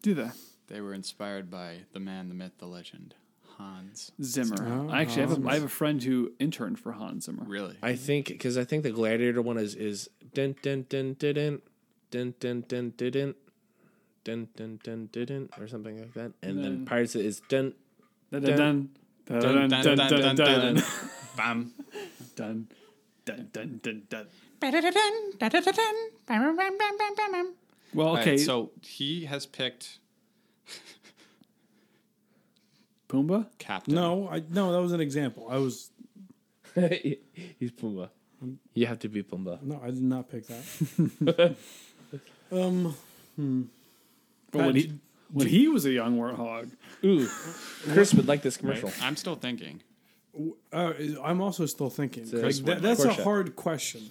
Speaker 2: Do they?
Speaker 3: They were inspired by the man, the myth, the legend, Hans
Speaker 2: Zimmer. I actually have a, I have a friend who interned for Hans Zimmer.
Speaker 3: Really?
Speaker 9: I think because I think the Gladiator one is is dun dun dun didn't dun dun dun didn't dun dun dun didn't or something like that, and then
Speaker 2: No.
Speaker 9: Pirates is dun
Speaker 2: Dun, dun, dun, dun, dun, dun, dun.
Speaker 3: Bam.
Speaker 2: Dun dun dun dun dun. Well,
Speaker 3: All right,
Speaker 2: okay. so
Speaker 3: so he has picked
Speaker 2: Pumbaa.
Speaker 3: Captain.
Speaker 5: No, I no, that was an example. I was
Speaker 9: *laughs* He's Pumbaa. You have to be Pumbaa.
Speaker 5: no, I did not pick that.
Speaker 2: *laughs*
Speaker 5: um,
Speaker 2: But when he when he was a young warthog,
Speaker 9: Ooh, Chris would like this commercial.
Speaker 3: I'm still thinking.
Speaker 5: uh, I'm also still thinking. Like,
Speaker 9: Chris
Speaker 5: that-
Speaker 9: Wood.
Speaker 5: that's a
Speaker 9: Rorschach.
Speaker 5: hard question.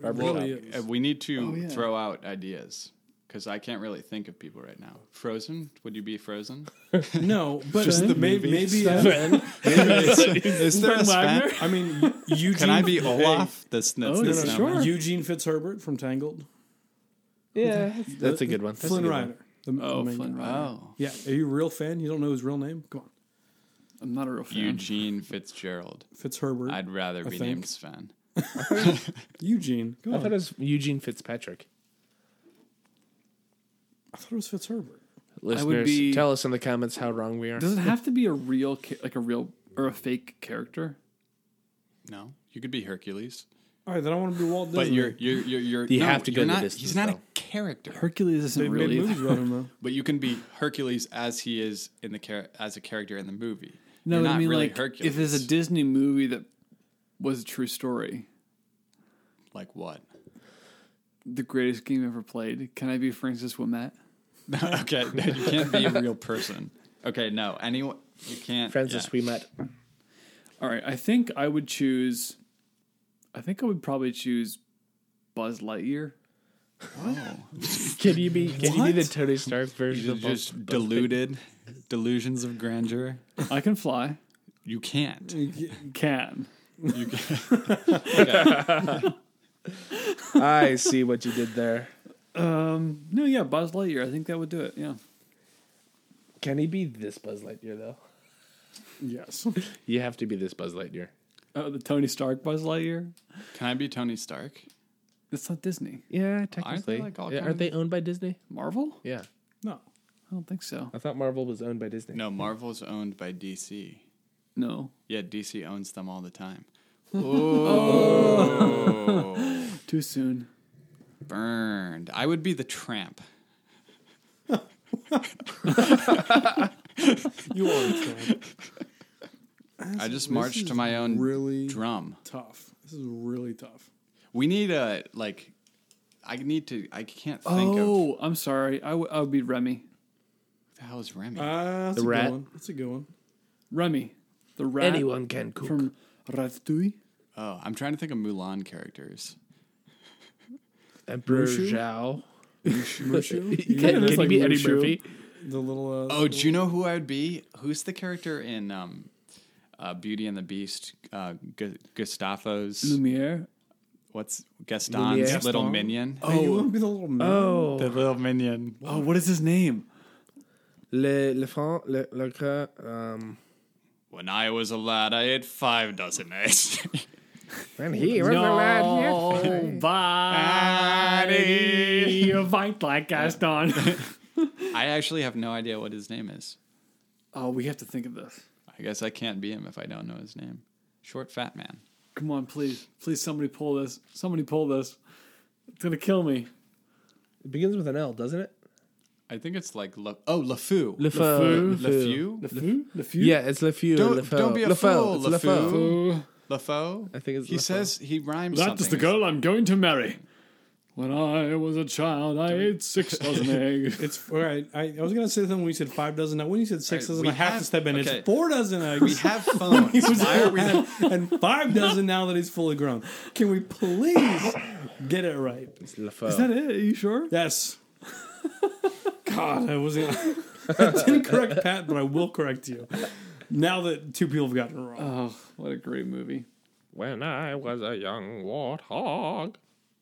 Speaker 9: Barbershop.
Speaker 5: Really
Speaker 3: Uh,
Speaker 5: is.
Speaker 3: we need to throw out ideas because I can't really think of people right now. Frozen? Would you be Frozen?
Speaker 5: No, but maybe, maybe uh,
Speaker 3: Is there a Sven?
Speaker 5: I mean,
Speaker 9: *laughs*
Speaker 5: Eugene.
Speaker 3: Can I be
Speaker 5: hey,
Speaker 3: Olaf? That's, that's,
Speaker 2: Oh,
Speaker 3: that's
Speaker 2: no,
Speaker 3: not
Speaker 2: sure.
Speaker 3: mine.
Speaker 5: Eugene Fitzherbert from Tangled.
Speaker 9: Yeah, that's, a good one. That's a
Speaker 5: Flynn
Speaker 9: good one.
Speaker 5: Rider. The, the
Speaker 2: oh,
Speaker 5: main
Speaker 2: Flynn
Speaker 5: guy.
Speaker 2: Rider.
Speaker 3: Oh.
Speaker 5: Yeah, are you a real fan? You don't know his real name? Come on,
Speaker 2: I'm not a real fan.
Speaker 3: Eugene Fitzgerald.
Speaker 5: Fitzherbert.
Speaker 3: I'd rather
Speaker 5: I
Speaker 3: be
Speaker 5: think.
Speaker 3: named Sven.
Speaker 5: Eugene. Come
Speaker 9: I
Speaker 5: on.
Speaker 9: thought it was Eugene Fitzpatrick.
Speaker 5: Fitzherbert.
Speaker 9: Listeners,
Speaker 2: be-
Speaker 9: tell us in the comments how wrong we are.
Speaker 2: Does it have to be a real ca- like a real or a fake character?
Speaker 3: No, you could be Hercules,
Speaker 5: All right, then I want to be Walt Disney.
Speaker 3: but you're you're you're you're.
Speaker 9: You
Speaker 3: no,
Speaker 9: have to go
Speaker 3: you're
Speaker 9: the
Speaker 3: not,
Speaker 9: distance,
Speaker 3: He's not a
Speaker 9: though.
Speaker 3: character,
Speaker 2: Hercules isn't
Speaker 5: they made
Speaker 2: really.
Speaker 5: movies about him though.
Speaker 3: but you can be Hercules as he is in the char- as a character in the movie.
Speaker 2: no,
Speaker 3: you're
Speaker 2: but
Speaker 3: not
Speaker 2: I mean
Speaker 3: really
Speaker 2: like
Speaker 3: Hercules.
Speaker 2: if it's a Disney movie that was a true story,
Speaker 3: like what? *laughs*
Speaker 2: the greatest game ever played. Can I be Francis Wimette?
Speaker 3: okay, no, you can't be a real person. Okay, no, anyone you can't.
Speaker 9: Francis,
Speaker 3: yeah.
Speaker 9: we met.
Speaker 2: All right, I think I would choose. I think I would probably choose Buzz Lightyear.
Speaker 9: Can you be? Can you be the Tony Stark version
Speaker 3: You're
Speaker 9: of Buzz-
Speaker 3: just deluded, delusions of grandeur.
Speaker 2: I can fly.
Speaker 3: You
Speaker 2: Mm.
Speaker 3: can't.
Speaker 2: Can.
Speaker 3: You can
Speaker 9: I see what you did there.
Speaker 2: Um. No. Yeah. Buzz Lightyear. I think that would do it. Yeah.
Speaker 9: Can he be this Buzz Lightyear though?
Speaker 5: Yes.
Speaker 9: You have to be this Buzz Lightyear.
Speaker 2: *laughs* Oh, the Tony Stark Buzz Lightyear.
Speaker 3: Can I be Tony Stark?
Speaker 2: It's not Disney.
Speaker 9: Yeah,
Speaker 3: technically.
Speaker 9: technically.
Speaker 3: like, all kind
Speaker 9: yeah,
Speaker 3: of-
Speaker 9: aren't they owned by Disney?
Speaker 2: Marvel?
Speaker 9: Yeah,
Speaker 5: No.
Speaker 2: I don't think so.
Speaker 9: I thought Marvel was owned by Disney.
Speaker 3: No, Marvel's owned by DC.
Speaker 2: No.
Speaker 3: Yeah, DC owns them all the time.
Speaker 2: Too soon.
Speaker 3: Burned. I would be the tramp.
Speaker 5: You are a tramp.
Speaker 3: I just marched to my own
Speaker 5: really
Speaker 3: drum.
Speaker 5: tough. This is really tough.
Speaker 3: We need a like. I need to. I can't think of
Speaker 2: Oh, I'm sorry. I w- I would be Remy.
Speaker 3: the hell is Remy.
Speaker 5: Uh, that's
Speaker 9: The
Speaker 5: a
Speaker 9: rat.
Speaker 5: good one. That's a good one.
Speaker 2: Remy, the rat
Speaker 9: Anyone can cook.
Speaker 2: from Ratatouille.
Speaker 3: oh, I'm trying to think of Mulan characters.
Speaker 9: Emperor Zhao.
Speaker 5: Mushu,
Speaker 9: Can, can
Speaker 2: like
Speaker 9: he be Eddie
Speaker 2: Mushu.
Speaker 9: Murphy?
Speaker 5: the little. Uh,
Speaker 3: Oh, do you know who I would be? Who's the character in um, uh, Beauty and the Beast? Uh, Gu- Gustavo's
Speaker 2: Lumiere.
Speaker 3: what's Gaston's
Speaker 9: Lumiere.
Speaker 3: little
Speaker 5: Gaston?
Speaker 3: minion?
Speaker 5: Hey, you want to be the little man?
Speaker 9: Oh,
Speaker 3: The little minion.
Speaker 2: Oh, what is his name?
Speaker 9: le le Fran le le Cra- um.
Speaker 3: When I was a lad, I ate five dozen *laughs* eggs.
Speaker 9: And he was a lad. yeah.
Speaker 2: Body of White like Gaston. *laughs*
Speaker 3: I actually have no idea what his name is.
Speaker 2: oh, we have to think of this.
Speaker 3: I guess I can't be him if I don't know his name. Short fat man.
Speaker 2: Come on, please, please, somebody pull this. Somebody pull this. It's gonna kill me.
Speaker 9: It begins with an L, doesn't it?
Speaker 3: I think it's like Le- oh LeFou.
Speaker 9: Lefou.
Speaker 3: LeFou.
Speaker 9: Yeah, it's LeFou.
Speaker 3: Don't-
Speaker 9: Lefou.
Speaker 3: don't be a fool,
Speaker 9: Lefou. It's
Speaker 3: LeFou.
Speaker 9: LeFou.
Speaker 3: LeFou.
Speaker 9: I think it's
Speaker 3: He
Speaker 9: LeFou.
Speaker 3: says he rhymes.
Speaker 2: That is the
Speaker 3: something.
Speaker 2: girl I'm going to marry. When I was a child, I ate *laughs* six dozen eggs.
Speaker 5: It's all right. I, I was gonna say something when you said five dozen. Now, when you said six
Speaker 2: All right,
Speaker 5: dozen,
Speaker 2: we
Speaker 5: I have,
Speaker 2: have-
Speaker 5: to step in.
Speaker 2: okay.
Speaker 5: It's four dozen eggs.
Speaker 2: We have phones. Why
Speaker 5: *laughs*
Speaker 2: are we-
Speaker 5: and, and five dozen now that he's fully grown. Can we please get it right?
Speaker 2: Is that it? Are you sure?
Speaker 5: Yes. God, I wasn't. *laughs* I didn't correct Pat, but I will correct you. Now that two people have gotten it wrong.
Speaker 2: Oh, what a great movie.
Speaker 11: When I was a young warthog.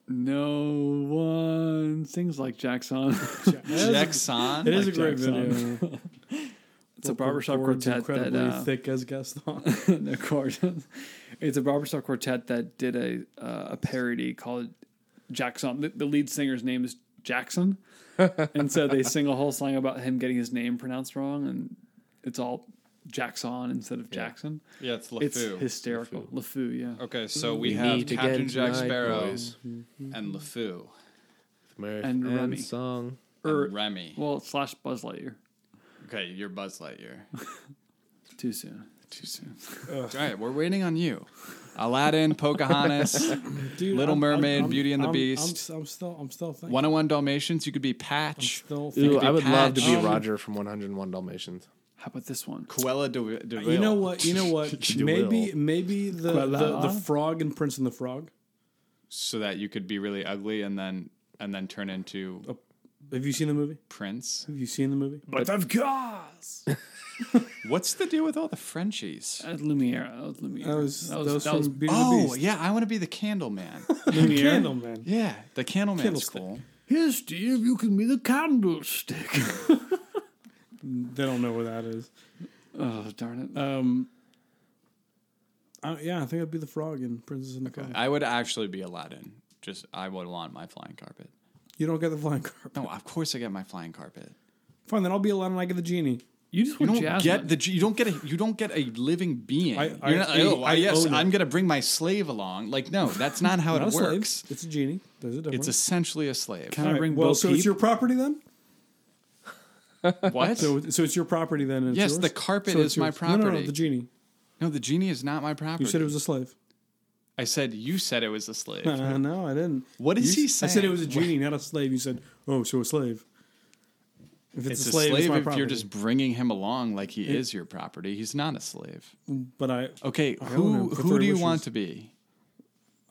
Speaker 2: No one sings like Jackson. *laughs*
Speaker 3: Jackson?
Speaker 5: It
Speaker 2: Like
Speaker 5: is a great
Speaker 2: Jackson.
Speaker 5: video.
Speaker 2: *laughs* it's a barbershop
Speaker 5: Words
Speaker 2: quartet that
Speaker 5: Incredibly
Speaker 2: uh,
Speaker 5: thick as Gaston.
Speaker 2: the chord. *laughs* It's a barbershop quartet that did a uh, a parody called Jackson. The, the lead singer's name is
Speaker 3: *laughs*
Speaker 2: Jackson, and so they sing a whole song about him getting his name pronounced wrong, and it's all Jackson instead of Jackson.
Speaker 3: Yeah, it's
Speaker 2: It's
Speaker 3: LeFou.
Speaker 2: hysterical. LeFou, yeah.
Speaker 3: Okay, so we, have Captain Jack Sparrow and LeFou.
Speaker 2: and Remy
Speaker 9: song
Speaker 2: or
Speaker 3: Remy.
Speaker 2: Well, slash Buzz Lightyear.
Speaker 3: Okay, you're Buzz Lightyear.
Speaker 2: Too soon.
Speaker 3: Too soon. All right, we're waiting on you. Aladdin, Pocahontas,
Speaker 5: *laughs* Dude,
Speaker 3: Little
Speaker 5: I'm-
Speaker 3: Mermaid,
Speaker 5: I'm-
Speaker 3: Beauty and the
Speaker 5: I'm-
Speaker 3: Beast,
Speaker 5: I'm, I'm still, I'm still thinking.
Speaker 3: 101 Dalmatians. You could be Patch.
Speaker 5: still
Speaker 3: You
Speaker 9: Ooh,
Speaker 3: could be
Speaker 9: I would love to be
Speaker 3: Patch.
Speaker 9: Roger from 101 Dalmatians.
Speaker 2: How about this one?
Speaker 3: Cruella de, de
Speaker 5: You know
Speaker 3: Vil.
Speaker 5: what? You
Speaker 3: *laughs*
Speaker 5: know what?
Speaker 9: You
Speaker 5: maybe, maybe the, the
Speaker 3: Quella.
Speaker 5: the frog and Prince and the Frog.
Speaker 3: So that you could be really ugly and then and then turn into
Speaker 5: Have you seen the movie?
Speaker 3: Prince.
Speaker 5: Have you seen the movie?
Speaker 2: But of course.
Speaker 3: What's the deal with all the Frenchies?
Speaker 2: Uh, Lumiere. That was Lumiere.
Speaker 5: That was- that was from Beauty and the
Speaker 3: oh
Speaker 5: Beast.
Speaker 3: yeah, I want to be the Candle
Speaker 5: *laughs*
Speaker 3: Man.
Speaker 2: Lumiere.
Speaker 5: man.
Speaker 3: Yeah, the Candleman's
Speaker 5: Candlestick.
Speaker 3: cool.
Speaker 2: Here, Steve, you can be the candlestick.
Speaker 5: They don't know where that is.
Speaker 2: Oh, darn it.
Speaker 5: Um. I, yeah, I think I'd be the frog in Princess and the Frog.
Speaker 3: I would actually be Aladdin. Just I would want my flying carpet.
Speaker 5: You don't get the flying *laughs* carpet.
Speaker 3: No, of course I get my flying carpet.
Speaker 5: Fine, then I'll be Aladdin. I get the genie.
Speaker 2: You just
Speaker 3: You don't get the you don't get a you don't get a living being.
Speaker 5: I-
Speaker 3: You're
Speaker 5: I-
Speaker 3: not,
Speaker 5: I-
Speaker 3: oh,
Speaker 5: I
Speaker 3: yes,
Speaker 5: own it."
Speaker 3: I'm gonna bring my slave along. Like no, that's not how
Speaker 5: *laughs* Not
Speaker 3: it
Speaker 5: a slave.
Speaker 3: works.
Speaker 5: It's a genie. There's a
Speaker 3: It's
Speaker 5: difference.
Speaker 3: essentially a slave.
Speaker 2: Can I
Speaker 5: Alright,
Speaker 2: bring
Speaker 5: well,
Speaker 2: Bo
Speaker 5: so
Speaker 2: Peep?
Speaker 5: it's your property then. *laughs*
Speaker 3: What?
Speaker 5: So, so it's your property then. And it's
Speaker 3: Yes,
Speaker 5: yours?
Speaker 3: the carpet
Speaker 5: So it's
Speaker 3: is my
Speaker 5: yours. No, no, no,
Speaker 3: property.
Speaker 5: the genie.
Speaker 3: no, the genie is not my property.
Speaker 5: You said it was a slave.
Speaker 3: I said you said it was a slave.
Speaker 5: *laughs* Uh, no, I didn't.
Speaker 3: What is
Speaker 5: You-
Speaker 3: he
Speaker 5: I said it
Speaker 3: saying?
Speaker 5: was a genie, not a slave. You said, oh, so a slave. If
Speaker 3: It's,
Speaker 5: it's,
Speaker 3: a slave,
Speaker 5: it's my
Speaker 3: if
Speaker 5: property.
Speaker 3: you're just bringing him along like he
Speaker 5: It-
Speaker 3: is your property. He's not a slave.
Speaker 5: But I.
Speaker 3: Okay,
Speaker 5: I own
Speaker 3: who
Speaker 5: him for
Speaker 3: who
Speaker 5: three
Speaker 3: do you
Speaker 5: wishes.
Speaker 3: want to be?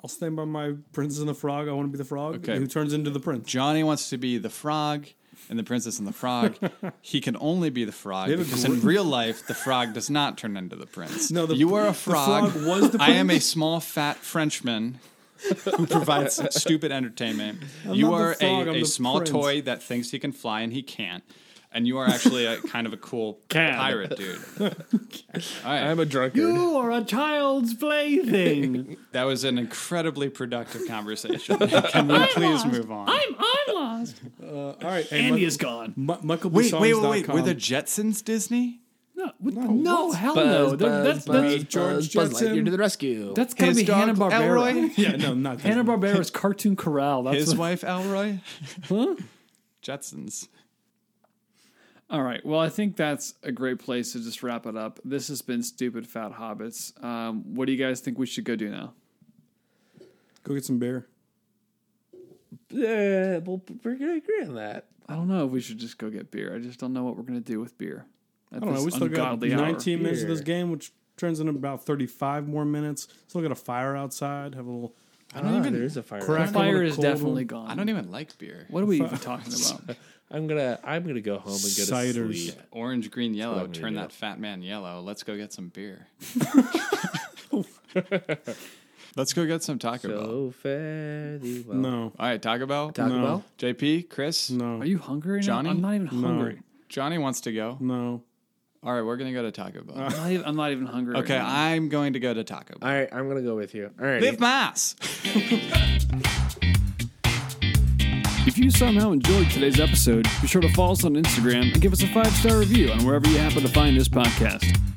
Speaker 5: I'll stand by my princess and the frog. I want to be the frog
Speaker 3: Okay.
Speaker 5: who turns into the prince.
Speaker 3: Johnny wants to be the frog and the princess and the
Speaker 5: *laughs*
Speaker 3: frog. he can only be the frog
Speaker 5: They have a
Speaker 3: because in
Speaker 5: great-
Speaker 3: real life the frog does not turn into the prince.
Speaker 5: No, the-
Speaker 3: you are a
Speaker 5: the
Speaker 3: frog.
Speaker 5: frog was the
Speaker 3: I am a
Speaker 5: prince?
Speaker 3: small fat Frenchman who
Speaker 5: *laughs*
Speaker 3: provides stupid entertainment.
Speaker 5: I'm
Speaker 3: you
Speaker 5: not the
Speaker 3: are
Speaker 5: frog, I'm
Speaker 3: a, a
Speaker 5: the
Speaker 3: small
Speaker 5: prince.
Speaker 3: toy that thinks he can fly and he can't. And you are actually a kind of a
Speaker 5: *laughs*
Speaker 3: cool pirate dude. All right.
Speaker 9: I'm a drunkard.
Speaker 2: You are a child's plaything.
Speaker 3: That was an incredibly productive
Speaker 5: *laughs*
Speaker 3: conversation. Can we please move on?
Speaker 2: I'm I'm lost.
Speaker 5: Uh, all right. hey,
Speaker 2: Andy
Speaker 5: Michael-
Speaker 2: is gone.
Speaker 5: Mi- Michael
Speaker 3: wait, wait, wait, wait.
Speaker 5: Bisongs.com.
Speaker 3: Were the
Speaker 5: *laughs*
Speaker 3: Jetsons Disney?
Speaker 2: No, what- no hell no.
Speaker 9: Buzz,
Speaker 2: That- that's that's,
Speaker 9: Buzz, Buzz,
Speaker 5: George
Speaker 9: Buzz Lightyear
Speaker 5: Jetson.
Speaker 9: to the rescue.
Speaker 2: that's gotta be Hanna Barbera.
Speaker 5: *laughs*
Speaker 3: Elroy?
Speaker 5: Yeah, no, not that.
Speaker 2: Hanna Barbera's Cartoon Corral. That's
Speaker 3: His
Speaker 2: what- *laughs*
Speaker 3: wife, Elroy? Jetsons.
Speaker 2: All right. Well, I think that's a great place to just wrap it up. This has been Stupid Fat Hobbits. Um, what do you guys think we should go do now?
Speaker 5: Go get some beer.
Speaker 9: Yeah, well, we're gonna agree on that.
Speaker 2: I don't know if we should just go get beer. I just don't know what we're gonna do with beer. At
Speaker 5: I don't know. We still got 19 minutes of this game, which turns into about 35 more minutes. Still got a fire outside. Have a little.
Speaker 3: I don't even
Speaker 9: There's a fire.
Speaker 5: Crack-
Speaker 2: The
Speaker 5: I want
Speaker 2: fire
Speaker 5: a
Speaker 2: is
Speaker 5: cold
Speaker 2: definitely
Speaker 5: one.
Speaker 2: gone.
Speaker 3: I don't even like beer.
Speaker 2: Um, What are we
Speaker 5: *laughs*
Speaker 2: even talking about?
Speaker 9: I'm gonna I'm gonna go home and go to
Speaker 5: Ciders.
Speaker 9: sleep.
Speaker 3: Orange, green, yellow.
Speaker 9: I'm gonna
Speaker 3: Turn
Speaker 9: do.
Speaker 3: that fat man yellow. Let's go get some
Speaker 2: *laughs*
Speaker 3: beer. Let's go get some Taco Bell.
Speaker 9: So fare thee well.
Speaker 5: No.
Speaker 3: All right, Taco Bell.
Speaker 9: Taco
Speaker 5: No.
Speaker 9: Bell.
Speaker 3: JP, Chris,
Speaker 5: No.
Speaker 2: Are you hungry? now?
Speaker 3: Johnny?
Speaker 2: I'm not even hungry.
Speaker 3: Johnny wants to go.
Speaker 5: No.
Speaker 3: All right, we're going to go to Taco
Speaker 2: *laughs*
Speaker 3: Bell.
Speaker 2: I'm, not even, I'm not even hungry.
Speaker 3: Okay,
Speaker 2: right now.
Speaker 3: I'm going to go to Taco Bell.
Speaker 9: All right, I'm gonna go with you. All right.
Speaker 3: Live my ass.
Speaker 2: If you somehow enjoyed today's episode, be sure to follow us on Instagram and give us a five star review on wherever you happen to find this podcast.